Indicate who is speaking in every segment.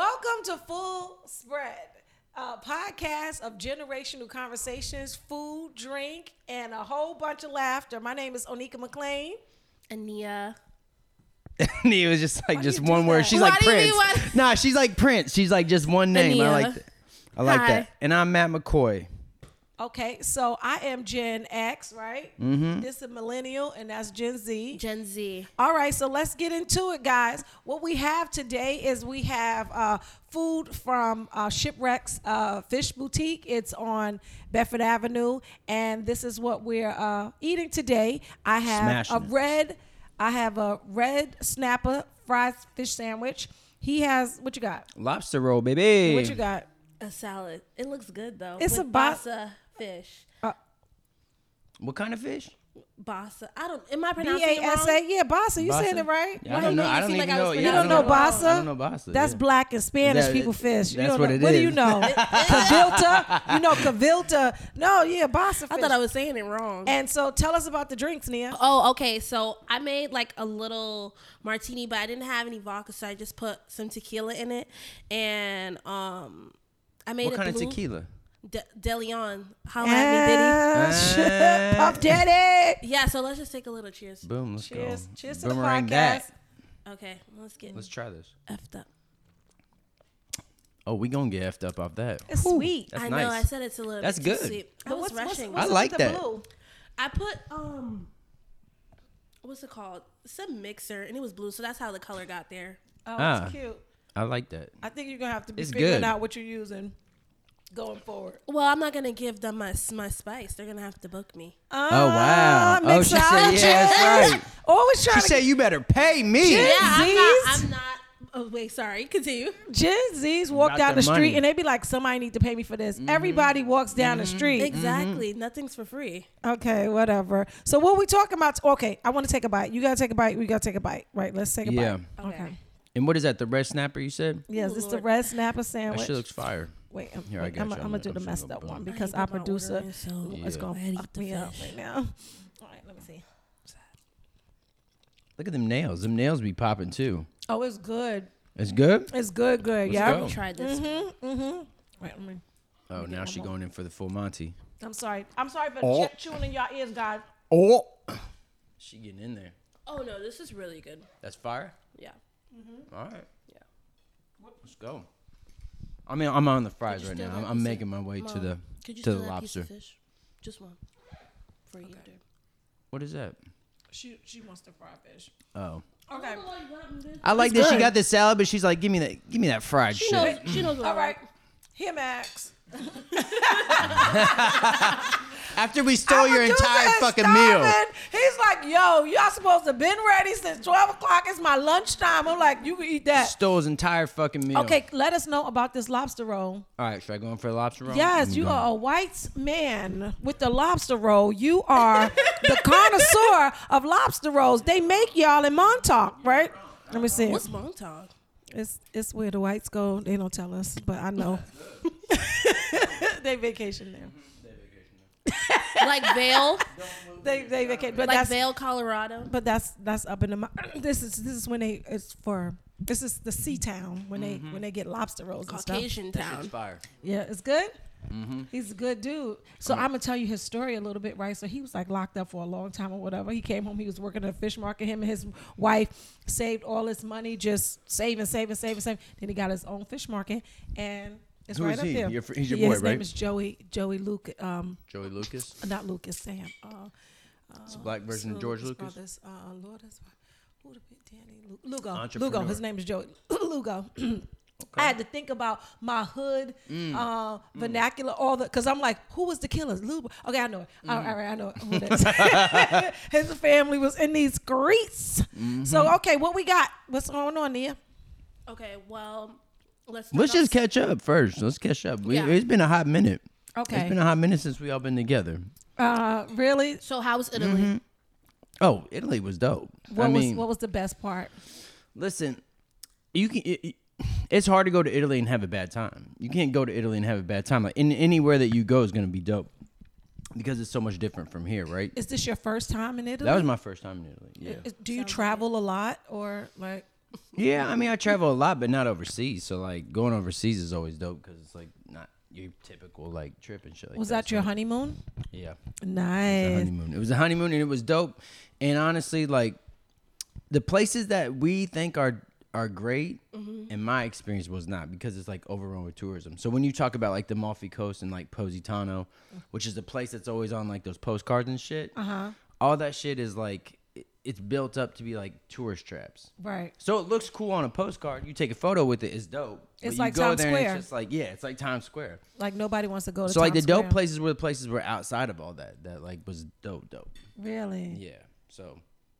Speaker 1: Welcome to Full Spread, a podcast of generational conversations, food, drink, and a whole bunch of laughter. My name is Onika McLean.
Speaker 2: Ania.
Speaker 3: and he was just
Speaker 1: Why
Speaker 3: like
Speaker 1: do
Speaker 3: just
Speaker 1: you do
Speaker 3: one
Speaker 1: that?
Speaker 3: word. She's
Speaker 2: Why
Speaker 3: like
Speaker 2: do you
Speaker 3: Prince.
Speaker 2: mean why-
Speaker 3: Nah, she's like Prince. She's like just one name.
Speaker 2: Ania.
Speaker 3: I like that. I like
Speaker 2: Hi.
Speaker 3: that. And I'm Matt McCoy.
Speaker 1: Okay, so I am Gen X, right? Mm-hmm. This is millennial, and that's Gen Z.
Speaker 2: Gen Z.
Speaker 1: All right, so let's get into it, guys. What we have today is we have uh, food from uh, Shipwrecks uh, Fish Boutique. It's on Bedford Avenue, and this is what we're uh, eating today. I have
Speaker 3: Smashing
Speaker 1: a
Speaker 3: it.
Speaker 1: red, I have a red snapper fried fish sandwich. He has what you got?
Speaker 3: Lobster roll, baby.
Speaker 1: What you got?
Speaker 2: A salad. It looks good though.
Speaker 1: It's
Speaker 2: With
Speaker 1: a ba-
Speaker 2: basa fish.
Speaker 3: What kind of fish?
Speaker 2: Basa. I don't. Am I
Speaker 1: B
Speaker 2: pronouncing
Speaker 1: A S A.
Speaker 2: it
Speaker 1: Yeah, Basa. You saying
Speaker 3: Basa?
Speaker 1: it right?
Speaker 3: Yeah, I
Speaker 2: Why do you
Speaker 3: don't know.
Speaker 2: make it
Speaker 3: I don't
Speaker 2: seem like
Speaker 3: even
Speaker 2: I
Speaker 3: know.
Speaker 2: was
Speaker 3: Yeah, I
Speaker 1: You don't know Basa?
Speaker 3: I don't know Basa.
Speaker 1: That's
Speaker 3: yeah.
Speaker 1: black and Spanish
Speaker 3: That-
Speaker 1: people fish. You
Speaker 3: that's
Speaker 1: don't
Speaker 3: what
Speaker 1: know-
Speaker 3: it
Speaker 1: What do
Speaker 3: is.
Speaker 1: you know? Cavilta? You know Cavilta? No, yeah, Basa fish.
Speaker 2: wrong? I thought I was saying it wrong.
Speaker 1: And so tell us about the drinks, Nia.
Speaker 2: Oh, okay. So I made like a little martini, but I didn't have any vodka, so I just put some tequila in it, and um, I made
Speaker 3: What
Speaker 2: a
Speaker 3: kind of
Speaker 2: blue
Speaker 3: tequila?
Speaker 2: De, De Leon. Holla at me,
Speaker 1: Yeah,
Speaker 3: Ah.
Speaker 1: shit, Puff Daddy.
Speaker 2: Diddy. Yeah. So let's just take a little cheers.
Speaker 3: Boom. Let's
Speaker 1: Cheers.
Speaker 3: go.
Speaker 1: Cheers to the
Speaker 3: Boomerang
Speaker 1: podcast.
Speaker 3: that.
Speaker 2: Okay. Let's get
Speaker 3: Let's try this.
Speaker 2: effed up.
Speaker 3: Oh, we gonna get effed up off that.
Speaker 1: It's sweet.
Speaker 3: That's
Speaker 2: I know. I
Speaker 3: nice.
Speaker 2: said it's a little.
Speaker 3: That's
Speaker 2: bit too
Speaker 3: good.
Speaker 2: Sweet. I
Speaker 1: But
Speaker 2: was
Speaker 1: what's- what's-
Speaker 2: rushing.
Speaker 1: what's
Speaker 3: I
Speaker 1: with
Speaker 3: like
Speaker 1: the
Speaker 3: that.
Speaker 1: blue?
Speaker 2: I put um what's it called? Some mixer and it was blue, so that's how the color got there.
Speaker 1: Oh,
Speaker 3: Ah.
Speaker 1: it's cute.
Speaker 3: I like that.
Speaker 1: I think you're gonna have to be
Speaker 3: It's
Speaker 1: figuring
Speaker 3: good.
Speaker 1: out what you're using going forward.
Speaker 2: Well, I'm not gonna give them my my spice. They're gonna have to book me.
Speaker 3: Oh wow.
Speaker 1: Ah,
Speaker 3: Oh, she said
Speaker 1: mixology.
Speaker 3: yeah. That's right.
Speaker 1: Always trying
Speaker 3: She
Speaker 1: to
Speaker 3: said you better pay me.
Speaker 2: Yeah, I'm not.
Speaker 1: Z's?
Speaker 2: I'm not. Oh wait, sorry. Continue.
Speaker 1: Gen Z's walk
Speaker 3: About
Speaker 1: down the
Speaker 3: their
Speaker 1: street
Speaker 3: money. Mm-hmm.
Speaker 1: and they be like, somebody need to pay me for this. Everybody walks down the street.
Speaker 2: Exactly. Nothing's for free.
Speaker 1: Okay, whatever. So what we talking about? Okay, I want to take a bite. You gotta take a bite. We gotta take a bite. Right? Let's take a
Speaker 3: Yeah.
Speaker 1: bite.
Speaker 2: Okay.
Speaker 3: And what is that? The red snapper you said?
Speaker 1: Yes, this is the
Speaker 2: Lord.
Speaker 1: red snapper
Speaker 3: That
Speaker 1: sandwich.
Speaker 3: shit looks fire.
Speaker 1: Wait, I'm,
Speaker 3: Here, I
Speaker 1: wait,
Speaker 3: got
Speaker 1: I'm,
Speaker 3: you.
Speaker 1: gonna-
Speaker 3: I'm
Speaker 1: I'm gonna
Speaker 3: gonna-
Speaker 1: do the
Speaker 3: I'm
Speaker 1: messed
Speaker 3: gonna
Speaker 1: up
Speaker 3: go
Speaker 1: one
Speaker 3: bump.
Speaker 1: because
Speaker 2: I hate
Speaker 1: our
Speaker 2: that my
Speaker 1: producer
Speaker 2: ordering, so
Speaker 1: is
Speaker 2: Yeah.
Speaker 1: gonna
Speaker 2: I gotta
Speaker 1: fuck
Speaker 2: eat the
Speaker 1: me up
Speaker 2: fish.
Speaker 1: right now. All right, let me see.
Speaker 3: Look at them nails. Them nails be popping too.
Speaker 1: Oh, it's good.
Speaker 3: It's good.
Speaker 1: It's good. Good.
Speaker 3: Let's
Speaker 1: yeah.
Speaker 3: go.
Speaker 2: Tried this.
Speaker 1: Oh.
Speaker 2: mm-hmm.
Speaker 1: Wait, let me.
Speaker 3: Oh, now she going in for the full Monty.
Speaker 1: I'm sorry. I'm sorry for
Speaker 3: Oh.
Speaker 1: che- chewing in your ears, guys.
Speaker 3: Oh, she getting in there.
Speaker 2: Oh no, this is really good.
Speaker 3: That's fire.
Speaker 2: Yeah.
Speaker 3: All right.
Speaker 2: Yeah.
Speaker 3: Let's go. I mean, I'm on the fries
Speaker 2: you
Speaker 3: right
Speaker 2: still
Speaker 3: now.
Speaker 2: have
Speaker 3: I'm,
Speaker 2: the
Speaker 3: I'm
Speaker 2: sa-
Speaker 3: making my way to
Speaker 2: Mom,
Speaker 3: the
Speaker 2: Could you
Speaker 3: to
Speaker 2: do
Speaker 3: the
Speaker 2: that piece
Speaker 3: lobster.
Speaker 2: of fish? Just one. For you. Okay.
Speaker 3: What is that?
Speaker 1: She she wants to fry fish.
Speaker 3: Oh,
Speaker 1: Okay.
Speaker 3: I like that she got the salad, but she's like, give me that, give me that fried
Speaker 2: She
Speaker 3: shit.
Speaker 2: knows. She knows what
Speaker 1: All
Speaker 2: I
Speaker 1: right.
Speaker 2: like.
Speaker 1: Here, Max.
Speaker 3: After we stole your
Speaker 1: Producer
Speaker 3: entire
Speaker 1: is
Speaker 3: fucking
Speaker 1: starving.
Speaker 3: meal.
Speaker 1: He's like, yo, y'all supposed to been ready since 12 o'clock. It's my lunchtime. I'm like, you can eat that.
Speaker 3: Stole his entire fucking meal.
Speaker 1: Okay, let us know about this lobster roll.
Speaker 3: All right, should I go in for the lobster roll?
Speaker 1: Yes,
Speaker 3: I'm
Speaker 1: you
Speaker 3: going.
Speaker 1: are a white man with the lobster roll. You are the connoisseur of lobster rolls. They make y'all in Montauk, right? Let me see.
Speaker 2: What's Montauk?
Speaker 1: It's it's where the whites go. They don't tell us, but I know. they vacation there.
Speaker 2: like Vale,
Speaker 1: They they vacation, but
Speaker 2: like
Speaker 1: that's
Speaker 2: Vale, Colorado.
Speaker 1: But that's that's up in the mou- this is this is when they it's for this is the sea town when they when they get lobster rolls and stuff.
Speaker 2: Mm-hmm. Caucasian
Speaker 3: It's
Speaker 2: town.
Speaker 3: fire.
Speaker 1: Yeah, it's good.
Speaker 3: Mm-hmm.
Speaker 1: He's a good dude. So I'm gonna tell you his story a little bit, right? So he was like locked up for a long time or whatever. He came home. He was working at a fish market. Him and his wife saved all his money, just saving, saving, saving, saving. Then he got his own fish market, and it's
Speaker 3: Who
Speaker 1: right
Speaker 3: is
Speaker 1: up
Speaker 3: he?
Speaker 1: there.
Speaker 3: Your fr- he's your
Speaker 1: Yeah,
Speaker 3: boy,
Speaker 1: his name
Speaker 3: right?
Speaker 1: is Joey Joey Luke. Um,
Speaker 3: Joey Lucas.
Speaker 1: not Lucas. Sam. Uh,
Speaker 3: It's a black version of George Lucas.
Speaker 1: Brothers, uh, Lord, that's why- who the big Danny Lu- Lugo. Lugo.
Speaker 3: Entrepreneur.
Speaker 1: His name is Joey Lugo. I had to think about my hood
Speaker 3: Mm.
Speaker 1: uh, vernacular, all the because I'm like, who was the killers? Lugo. Okay, I know it. All
Speaker 3: Mm.
Speaker 1: right, all right, I know it. Who it is. His family was in these streets.
Speaker 3: Mm-hmm.
Speaker 1: So okay, what we got? What's going on there?
Speaker 2: Okay, well, let's. start
Speaker 3: Let's
Speaker 2: off-
Speaker 3: just catch up first. Let's catch up. We,
Speaker 2: Yeah.
Speaker 3: It's been a hot minute.
Speaker 1: Okay.
Speaker 3: It's been a hot minute since we all been together.
Speaker 1: Uh, really?
Speaker 2: So how's Italy?
Speaker 3: Oh, Italy was dope.
Speaker 1: What
Speaker 3: I
Speaker 1: was
Speaker 3: mean,
Speaker 1: what was the best part?
Speaker 3: listen, you can. It, it- it's hard to go to Italy and have a bad time. You can't go to Italy and have a bad time. Like in anywhere that you go is gonna be dope because it's so much different from here, right?
Speaker 1: Is this your first time in Italy?
Speaker 3: That was my first time in Italy. Yeah.
Speaker 1: Is- Do you travel a lot or like?
Speaker 3: Yeah, I mean, I travel a lot, but not overseas. So like going overseas is always dope because it's like not your typical like trip and shit. Like
Speaker 1: Was that
Speaker 3: so-
Speaker 1: your honeymoon?
Speaker 3: Yeah, the
Speaker 1: Nice.
Speaker 3: honeymoon. It was a honeymoon and it was dope. And honestly, like the places that we think are are great,
Speaker 1: Mm-hmm.
Speaker 3: in my experience, was not because it's like overrun with tourism. So when you talk about like the Malfi Coast and like Positano,
Speaker 1: Mm-hmm.
Speaker 3: which is the place that's always on like those postcards and shit, uh-huh. all that shit is like it- it's built up to be like tourist traps.
Speaker 1: Right.
Speaker 3: So it looks cool on a postcard. You take a photo with it. It's dope. But
Speaker 1: It's
Speaker 3: you
Speaker 1: like
Speaker 3: go
Speaker 1: Times
Speaker 3: there and
Speaker 1: Square.
Speaker 3: It's just like yeah, it's like Times Square.
Speaker 1: Like nobody wants to go to
Speaker 3: so like the
Speaker 1: Times
Speaker 3: dope
Speaker 1: Square.
Speaker 3: places were the places were outside of all that. That like was dope, dope.
Speaker 1: Really?
Speaker 3: Yeah. So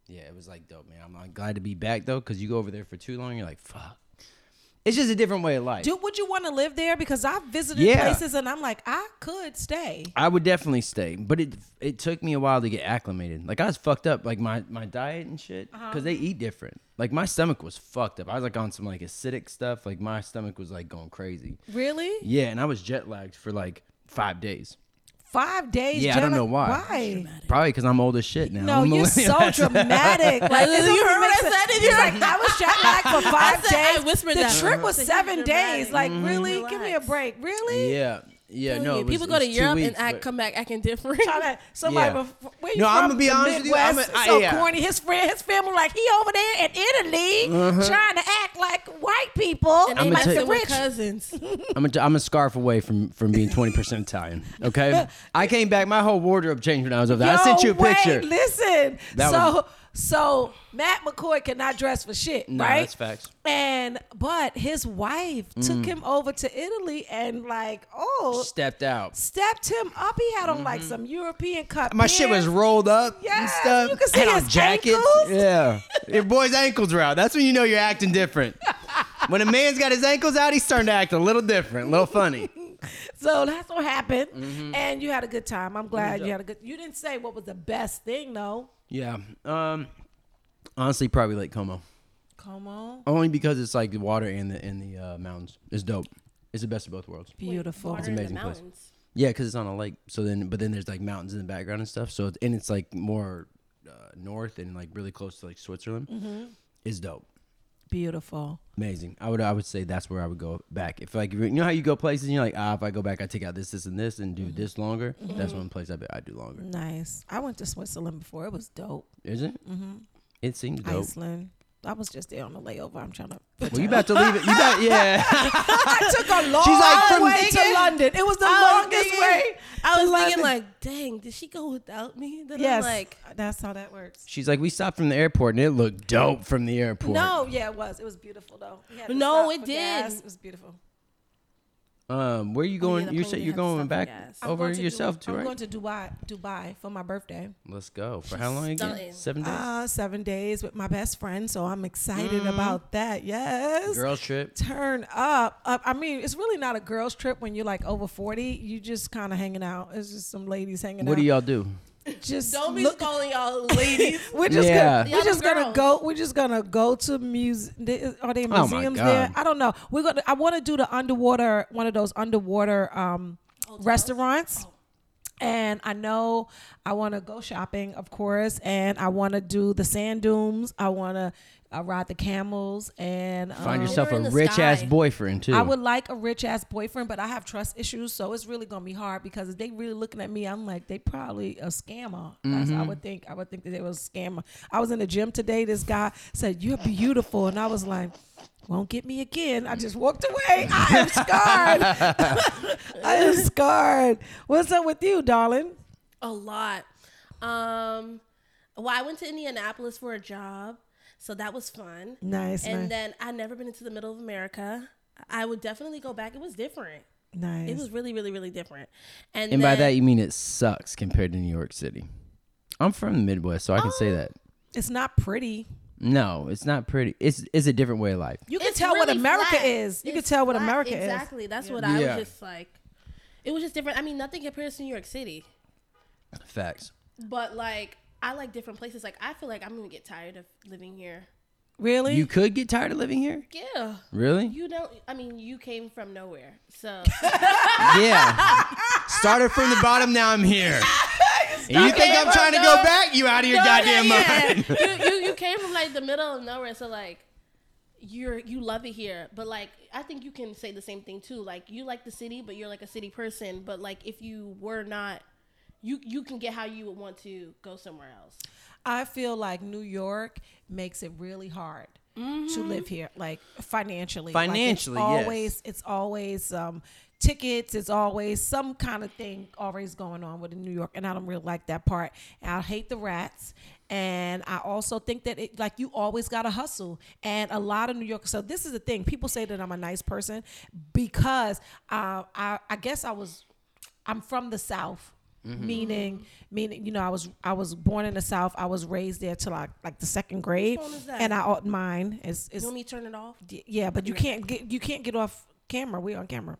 Speaker 3: yeah, it was like dope, man. I'm like, glad to be back though, because you go over there for too long, you're like, fuck. It's just a different way of life.
Speaker 1: Do would you want to live there? Because I've visited
Speaker 3: Yeah.
Speaker 1: places and I'm like, I could stay.
Speaker 3: I would definitely stay, but it it took me a while to get acclimated. Like I was fucked up, like my my diet and shit,
Speaker 2: Uh-huh.
Speaker 3: because they eat different. Like my stomach was fucked up. I was like on some like acidic stuff. Like my stomach was like going crazy.
Speaker 1: Really?
Speaker 3: Yeah, and I was jet lagged for like five days.
Speaker 1: Five days.
Speaker 3: Yeah, I don't
Speaker 1: Jenna?
Speaker 3: know why.
Speaker 1: Why?
Speaker 3: Probably because I'm old as shit now.
Speaker 1: No,
Speaker 3: I'm a
Speaker 1: you're
Speaker 3: millennial.
Speaker 1: so dramatic. Like
Speaker 2: You heard what I said? If
Speaker 1: You're
Speaker 2: you're
Speaker 1: like, I was jet lagged for five
Speaker 2: said- I
Speaker 1: days.
Speaker 2: whispered
Speaker 1: the
Speaker 2: that.
Speaker 1: trip was
Speaker 2: Mhm.
Speaker 1: seven
Speaker 2: You're
Speaker 1: days.
Speaker 2: dramatic.
Speaker 1: Like, really? Give me a
Speaker 2: Relax.
Speaker 1: break. Really?
Speaker 3: Mm-hmm. Yeah, yeah. No, it was-
Speaker 2: people
Speaker 3: it
Speaker 2: go to
Speaker 3: was two
Speaker 2: Europe
Speaker 3: weeks,
Speaker 2: and act,
Speaker 3: but-
Speaker 2: come back acting different.
Speaker 1: Try that. Somebody,
Speaker 3: Yeah.
Speaker 1: bef- where you
Speaker 3: No,
Speaker 1: from?
Speaker 3: I'ma be
Speaker 1: The
Speaker 3: honest with you. I'ma-
Speaker 1: Midwest?
Speaker 3: I-
Speaker 1: so
Speaker 3: yeah.
Speaker 1: corny. His friend, his family, like he over there in Italy trying to act like white people.
Speaker 2: and
Speaker 3: Uh-huh. I'ma
Speaker 2: they
Speaker 1: like the
Speaker 3: tell
Speaker 2: messing
Speaker 3: you-
Speaker 2: with
Speaker 1: rich.
Speaker 2: cousins.
Speaker 3: I'm a, I'm a scarf away from, from being 20% Italian. Okay, I came back. My whole wardrobe changed when I was over there. I sent
Speaker 1: Yo,
Speaker 3: you a picture.
Speaker 1: Wait, listen.
Speaker 3: That
Speaker 1: so
Speaker 3: was-
Speaker 1: so Matt McCoy cannot dress for shit,
Speaker 3: Nah,
Speaker 1: right?
Speaker 3: that's facts. Mm.
Speaker 1: And but his wife took him over to Italy and like, oh,
Speaker 3: Stepped out.
Speaker 1: stepped him up. He had on like some European cut.
Speaker 3: Mm-hmm. My shit was
Speaker 1: pants.
Speaker 3: rolled up and
Speaker 1: Yes,
Speaker 3: stuff.
Speaker 1: you can see
Speaker 3: I had on
Speaker 1: his
Speaker 3: jackets.
Speaker 1: ankles.
Speaker 3: Yeah, your boy's ankles were out. That's when you know you're acting different. when a man's got his ankles out, he's starting to act a little different, a little funny.
Speaker 1: So that's what happened.
Speaker 3: Mm-hmm.
Speaker 1: And you had a good time. I'm glad you had a good. You didn't say what was the best thing though.
Speaker 3: Yeah. Um. Honestly, probably Lake Como.
Speaker 1: Come on,
Speaker 3: Only because it's like the water and the and the uh, mountains. It's dope. It's the best of both worlds.
Speaker 1: beautiful.
Speaker 2: Water
Speaker 3: an
Speaker 2: in the
Speaker 3: amazing place.
Speaker 2: mountains.
Speaker 3: Yeah, because it's on a lake. So then, but then there's like mountains in the background and stuff. So it's- and it's like more uh, north and like really close to like Switzerland. It's dope,
Speaker 1: Beautiful.
Speaker 3: amazing. I would I would say that's where I would go back. If like you know how you go places and you're like ah if I go back I take out this this and this and do this longer. That's one place I bet I do longer.
Speaker 1: Nice. I went to Switzerland before. It was dope.
Speaker 3: Is it? Mm-hmm. It seems dope.
Speaker 1: Iceland. I was just there on the layover. I'm trying to.
Speaker 3: Well, you about to leave it. You about yeah.
Speaker 1: I took a long
Speaker 3: She's like, from
Speaker 1: way to
Speaker 3: thinking-
Speaker 1: London. It was the
Speaker 2: I was
Speaker 1: longest
Speaker 2: thinking-
Speaker 1: way.
Speaker 2: I
Speaker 1: to
Speaker 2: was
Speaker 1: London.
Speaker 2: thinking like, dang, did she go without me? Then
Speaker 1: yes,
Speaker 2: I'm like,
Speaker 1: that's how that works.
Speaker 3: She's like we stopped from the airport and it looked dope from the airport.
Speaker 1: No, yeah, it was. It was beautiful though. We had to
Speaker 2: No,
Speaker 1: stop
Speaker 2: it
Speaker 1: for
Speaker 2: did.
Speaker 1: gas. It was beautiful.
Speaker 3: Um, where you
Speaker 2: Oh, yeah,
Speaker 3: going?
Speaker 2: the
Speaker 3: you
Speaker 2: plane
Speaker 3: said
Speaker 2: did
Speaker 3: you're
Speaker 2: have to
Speaker 3: going
Speaker 2: stop
Speaker 3: back
Speaker 2: for gas.
Speaker 1: I'm
Speaker 3: over
Speaker 1: going to
Speaker 3: yourself
Speaker 1: Du-
Speaker 3: too,
Speaker 1: I'm
Speaker 3: right?
Speaker 1: going to Dubai, Dubai for my birthday.
Speaker 3: Let's go. For how long again?
Speaker 2: stunning.
Speaker 3: Seven days.
Speaker 1: Uh, seven days with my best friend, so I'm excited
Speaker 3: Mm-hmm.
Speaker 1: about that. Yes.
Speaker 3: Girls trip.
Speaker 1: Turn up. Uh, I mean, it's really not a girls' trip when you're like over 40. You just kind of hanging out. It's just some ladies hanging
Speaker 3: What
Speaker 1: out.
Speaker 3: do y'all do?
Speaker 1: just
Speaker 2: don't be
Speaker 1: look-
Speaker 2: calling y'all ladies.
Speaker 1: We're just
Speaker 3: Yeah.
Speaker 1: gonna
Speaker 2: Y'all
Speaker 1: we're just
Speaker 2: the
Speaker 1: gonna go we're just gonna go to muse th- are there
Speaker 3: Oh my
Speaker 1: museums
Speaker 3: God.
Speaker 1: there? I don't know. We're gonna I wanna do the underwater one of those underwater um restaurants.
Speaker 2: Oh.
Speaker 1: And I know I want to go shopping, of course, and I want to do the sand dunes. I want to uh, ride the camels, and um,
Speaker 3: Find yourself
Speaker 2: We're
Speaker 3: a
Speaker 2: in the
Speaker 3: rich ass
Speaker 2: sky.
Speaker 3: boyfriend too.
Speaker 1: I would like a rich ass boyfriend, but I have trust issues, so it's really gonna be hard because if they really looking at me, I'm like they probably a scammer. That's I would think. I would think that they was a scammer. I was in the gym today. This guy said, "You're beautiful," and I was like. Won't get me again. I just walked away. I am scarred. I am scarred. What's up with you, darling?
Speaker 2: A lot. Um, well, I went to Indianapolis for a job, so that was fun.
Speaker 1: Nice,
Speaker 2: And
Speaker 1: nice,
Speaker 2: then I've never been into the middle of America. I would definitely go back. It was different.
Speaker 1: nice.
Speaker 2: It was really, really, really different. And,
Speaker 3: and by that
Speaker 2: then-
Speaker 3: you mean it sucks compared to New York City. I'm from the Midwest, so I can say that.
Speaker 1: it's not pretty.
Speaker 3: No, it's not pretty. It's it's a different way of life.
Speaker 1: You can
Speaker 2: It's
Speaker 1: tell what
Speaker 2: really
Speaker 1: America
Speaker 2: flat.
Speaker 1: is. You can
Speaker 2: It's
Speaker 1: tell what
Speaker 2: flat.
Speaker 1: America is.
Speaker 2: Exactly. That's what I
Speaker 3: Yeah.
Speaker 2: was just like. It was just different. I mean, nothing compares to New York City.
Speaker 3: Facts.
Speaker 2: But like, I like different places. Like, I feel like I'm gonna get tired of living here.
Speaker 1: Really?
Speaker 3: You could get tired of living here?
Speaker 2: Yeah.
Speaker 3: Really?
Speaker 2: You don't. I mean, you came from nowhere, so
Speaker 3: Yeah. Started from the bottom, now I'm here. And you think I'm trying to go back? You out of your
Speaker 2: No,
Speaker 3: goddamn
Speaker 2: no,
Speaker 3: mind.
Speaker 2: yeah. you, you you came from like the middle of nowhere, so like you're you love it here but like i think you can say the same thing too like you like the city but you're like a city person but like if you were not you you can get how you would want to go somewhere else
Speaker 1: I feel like New York makes it really hard to live here, like financially. Like, it's
Speaker 3: Mm-hmm. Financially, yes.
Speaker 1: always it's always um, tickets. It's always some kind of thing always going on with New York, and I don't really like that part. And I hate the rats, and I also think that it like you always got to hustle, and a lot of New Yorkers. So this is the thing: people say that I'm a nice person because uh, I I guess I was I'm from the South. Meaning, meaning, you know, I was I was born in the South. I was raised there till like like the second grade,
Speaker 2: phone is that?
Speaker 1: and I ought mine is
Speaker 2: you
Speaker 1: is
Speaker 2: want me to turn it off
Speaker 1: Y- Yeah, but you can't get you can't get off camera. We're on camera.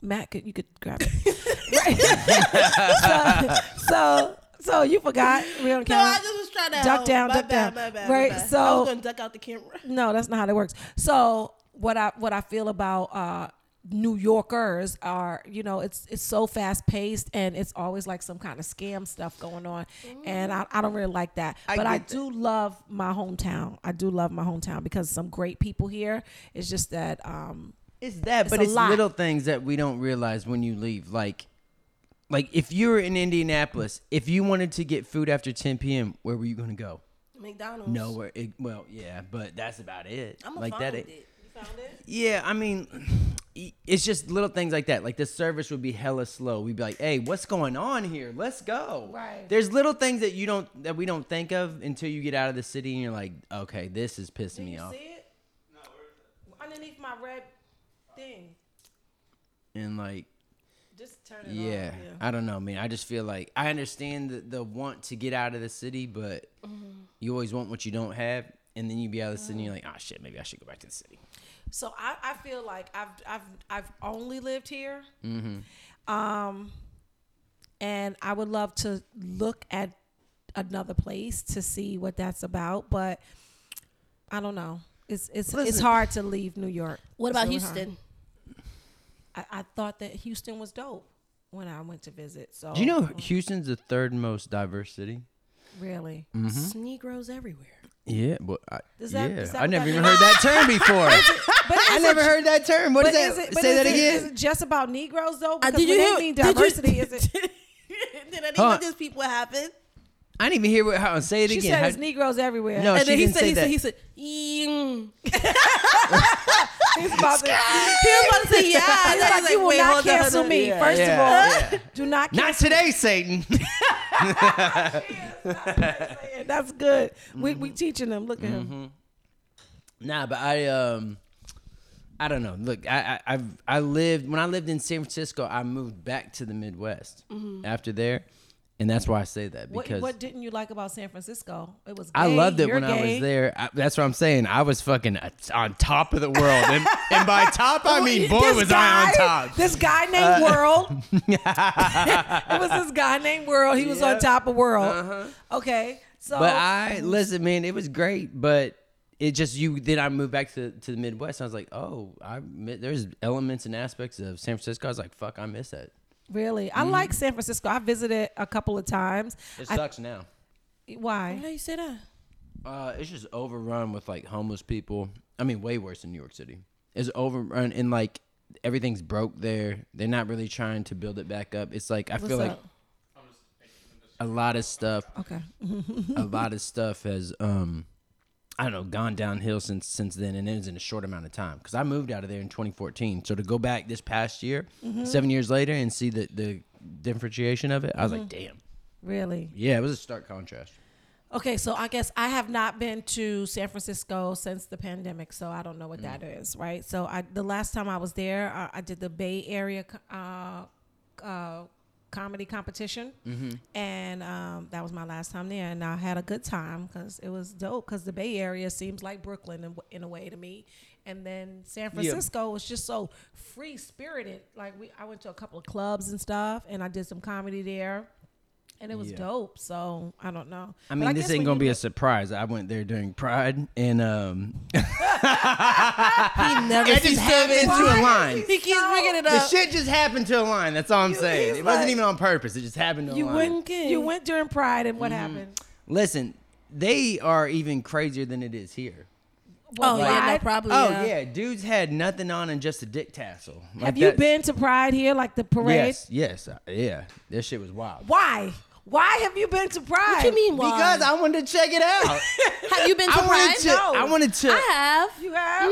Speaker 1: Matt, could, you could grab it. Right. so, so, so you forgot we're on
Speaker 2: no
Speaker 1: camera.
Speaker 2: i just was trying to
Speaker 1: Duck
Speaker 2: help.
Speaker 1: down,
Speaker 2: My
Speaker 1: duck down.
Speaker 2: bad, my bad, my
Speaker 1: Right,
Speaker 2: bad. i
Speaker 1: so-
Speaker 2: was gonna duck out the camera
Speaker 1: no, that's not how that works. So what I what I feel about uh, New Yorkers are, you know, it's it's so fast paced and it's always like some kind of scam stuff going on, and I, I don't really like that.
Speaker 3: I
Speaker 1: but I
Speaker 3: get that.
Speaker 1: do love my hometown. I do love my hometown because some great people here. It's just that. Um,
Speaker 3: It's that, but
Speaker 1: a
Speaker 3: it's
Speaker 1: lot.
Speaker 3: little things that we don't realize when you leave. Like, like if you were in Indianapolis, if you wanted to get food after 10 p.m., where were you gonna go?
Speaker 2: mcdonald's
Speaker 3: Nowhere. It, well, yeah, but that's about it.
Speaker 2: i'm
Speaker 3: like
Speaker 2: find
Speaker 3: that.
Speaker 2: it.
Speaker 3: it-
Speaker 2: you found it
Speaker 3: Yeah, I mean, e, it's just little things like that. Like the service would be hella slow. We'd be like, "Hey, what's going on here? Let's go."
Speaker 1: Right.
Speaker 3: There's little things that you don't that we don't think of until you get out of the city and you're like, "Okay, this is pissing me off."
Speaker 1: it? No, where is it? Underneath my red thing.
Speaker 3: And like.
Speaker 1: Just turn
Speaker 3: yeah, I don't know, man. I just feel like I understand the, the want to get out of the city, but
Speaker 1: Mm-hmm.
Speaker 3: you always want what you don't have, and then you be out of the city, and you're like, oh shit, maybe I should go back to the city.
Speaker 1: So I, I feel like I've I've I've only lived here.
Speaker 3: Mm-hmm.
Speaker 1: Um and I would love to look at another place to see what that's about, but I don't know. It's it's it's
Speaker 3: Listen.
Speaker 1: hard to leave New York.
Speaker 2: what
Speaker 1: It's
Speaker 2: about
Speaker 1: really hard.
Speaker 2: houston
Speaker 1: I, I thought that Houston was dope when I went to visit. So
Speaker 3: Do you know Houston's the third most diverse city?
Speaker 1: really?
Speaker 3: Mm-hmm.
Speaker 2: negroes everywhere
Speaker 1: Uh,
Speaker 3: Yeah, well, I,
Speaker 1: Is that-
Speaker 3: yeah,
Speaker 1: is that
Speaker 3: I
Speaker 1: what
Speaker 3: never
Speaker 1: that
Speaker 3: even heard that term before.
Speaker 1: But
Speaker 3: I
Speaker 1: is it-
Speaker 3: never heard that term. What is
Speaker 1: But
Speaker 3: that?
Speaker 1: is it, but
Speaker 3: Say
Speaker 1: is
Speaker 3: that
Speaker 1: it-
Speaker 3: again.
Speaker 1: Is it just about Negroes though?
Speaker 2: Uh,
Speaker 1: Because when they mean diversity,
Speaker 2: did
Speaker 1: is it?
Speaker 2: did any
Speaker 3: Huh.
Speaker 2: of these people happen
Speaker 3: I didn't even hear what, how. Say it
Speaker 1: She
Speaker 3: again.
Speaker 1: said
Speaker 3: How-
Speaker 1: it's Negroes everywhere.
Speaker 3: No,
Speaker 2: and
Speaker 3: she
Speaker 2: then he
Speaker 3: didn't
Speaker 2: said,
Speaker 3: say
Speaker 2: he
Speaker 3: that.
Speaker 2: said he said "Mm."
Speaker 1: He's about to-
Speaker 2: He was about to say, yeah.
Speaker 1: He's
Speaker 2: Then
Speaker 1: like,
Speaker 2: he's
Speaker 1: you will
Speaker 2: wait,
Speaker 1: not
Speaker 2: hold on, hold
Speaker 1: cancel
Speaker 2: on."
Speaker 1: me.
Speaker 2: Yeah.
Speaker 1: First
Speaker 3: Yeah,
Speaker 1: of all, do not.
Speaker 3: Not today, Satan.
Speaker 1: cancel- That's good. We
Speaker 3: Mm-hmm.
Speaker 1: we teaching them. Look at him.
Speaker 3: Nah, but I um, I don't know. Look, I, I I've I lived when I lived in San Francisco. I moved back to the Midwest after there, and that's why I say that
Speaker 1: Mm-hmm. What,
Speaker 3: because
Speaker 1: what didn't you like about San Francisco? It was. Gay,
Speaker 3: I loved it
Speaker 1: you're
Speaker 3: when I
Speaker 1: gay.
Speaker 3: was there. I, that's what I'm saying. I was fucking uh, on top of the world, and, and by top I mean boy
Speaker 1: This
Speaker 3: was I
Speaker 1: guy-
Speaker 3: on top.
Speaker 1: This guy named World. it was this guy named World. He was on
Speaker 3: Yep.
Speaker 1: top of World. Okay, so
Speaker 3: Uh-huh. But I listen, man. It was great, but it just you. Then I moved back to to the Midwest. And I was like, oh, I mi- there's elements and aspects of San Francisco. I was like, fuck, I miss that.
Speaker 1: really, I
Speaker 3: Mm-hmm.
Speaker 1: like San Francisco. I visited a couple of times.
Speaker 3: It
Speaker 1: I-
Speaker 3: sucks now.
Speaker 1: why?
Speaker 2: How you say that?
Speaker 3: Uh, it's just overrun with like homeless people. I mean, way worse than New York City. It's overrun and like everything's broke there. They're not really trying to build it back up. It's like I
Speaker 1: What's
Speaker 3: feel like
Speaker 1: up?
Speaker 3: a lot of stuff,
Speaker 1: Okay.
Speaker 3: a lot of stuff has um, I don't know, gone downhill since since then, and it was in a short amount of time. Because I moved out of there in 2014, so to go back this past year,
Speaker 1: Mm-hmm.
Speaker 3: seven years later, and see the the differentiation of it, I was like,
Speaker 1: Mm-hmm.
Speaker 3: damn,
Speaker 1: Really?
Speaker 3: yeah, it was a stark contrast.
Speaker 1: Okay, so I guess I have not been to San Francisco since the pandemic, so I don't know what that is, right? So I the last time I was there, uh, I did the Bay Area uh, uh, comedy competition, and um, that was my last time there, and I had a good time because it was dope. Because the Bay Area seems like Brooklyn in, in a way to me, and then San Francisco was just so free spirited. Like we, I went to a couple of clubs and stuff, and I did some comedy there. And it was
Speaker 3: Yeah.
Speaker 1: dope, so I don't know.
Speaker 3: I
Speaker 1: But
Speaker 3: mean, this
Speaker 1: guess
Speaker 3: ain't
Speaker 1: when
Speaker 3: gonna
Speaker 1: you
Speaker 3: be a
Speaker 1: look-
Speaker 3: surprise. I went there during Pride, and um,
Speaker 2: He never
Speaker 3: Ah, it
Speaker 2: sees
Speaker 3: just happened
Speaker 2: seven.
Speaker 3: to a line.
Speaker 2: He keeps bringing it
Speaker 3: The
Speaker 2: up.
Speaker 3: shit just happened to a line. That's all I'm saying.
Speaker 1: he's
Speaker 3: It wasn't
Speaker 1: like-
Speaker 3: even on purpose. It just happened to a
Speaker 1: you
Speaker 3: line.
Speaker 1: went.
Speaker 2: Okay.
Speaker 1: You went during
Speaker 3: Mm-hmm.
Speaker 1: Pride, and what happened?
Speaker 3: Listen, they are even crazier than it is here.
Speaker 1: Oh, yeah, no,
Speaker 3: Pride?
Speaker 1: probably.
Speaker 3: Oh
Speaker 1: yeah.
Speaker 3: yeah. dudes had nothing on and just a dick tassel. Like
Speaker 1: Have you
Speaker 3: that's-
Speaker 1: been to Pride here, like the parade?
Speaker 3: Yes, yes, uh, yeah. This shit was wild.
Speaker 1: Why? Why have you been to Pride?
Speaker 2: What you mean? Why?
Speaker 3: Because I wanted to check it out.
Speaker 2: have you been
Speaker 3: I wanted
Speaker 2: surprised?
Speaker 3: to. I wanted to.
Speaker 2: I have.
Speaker 1: You have?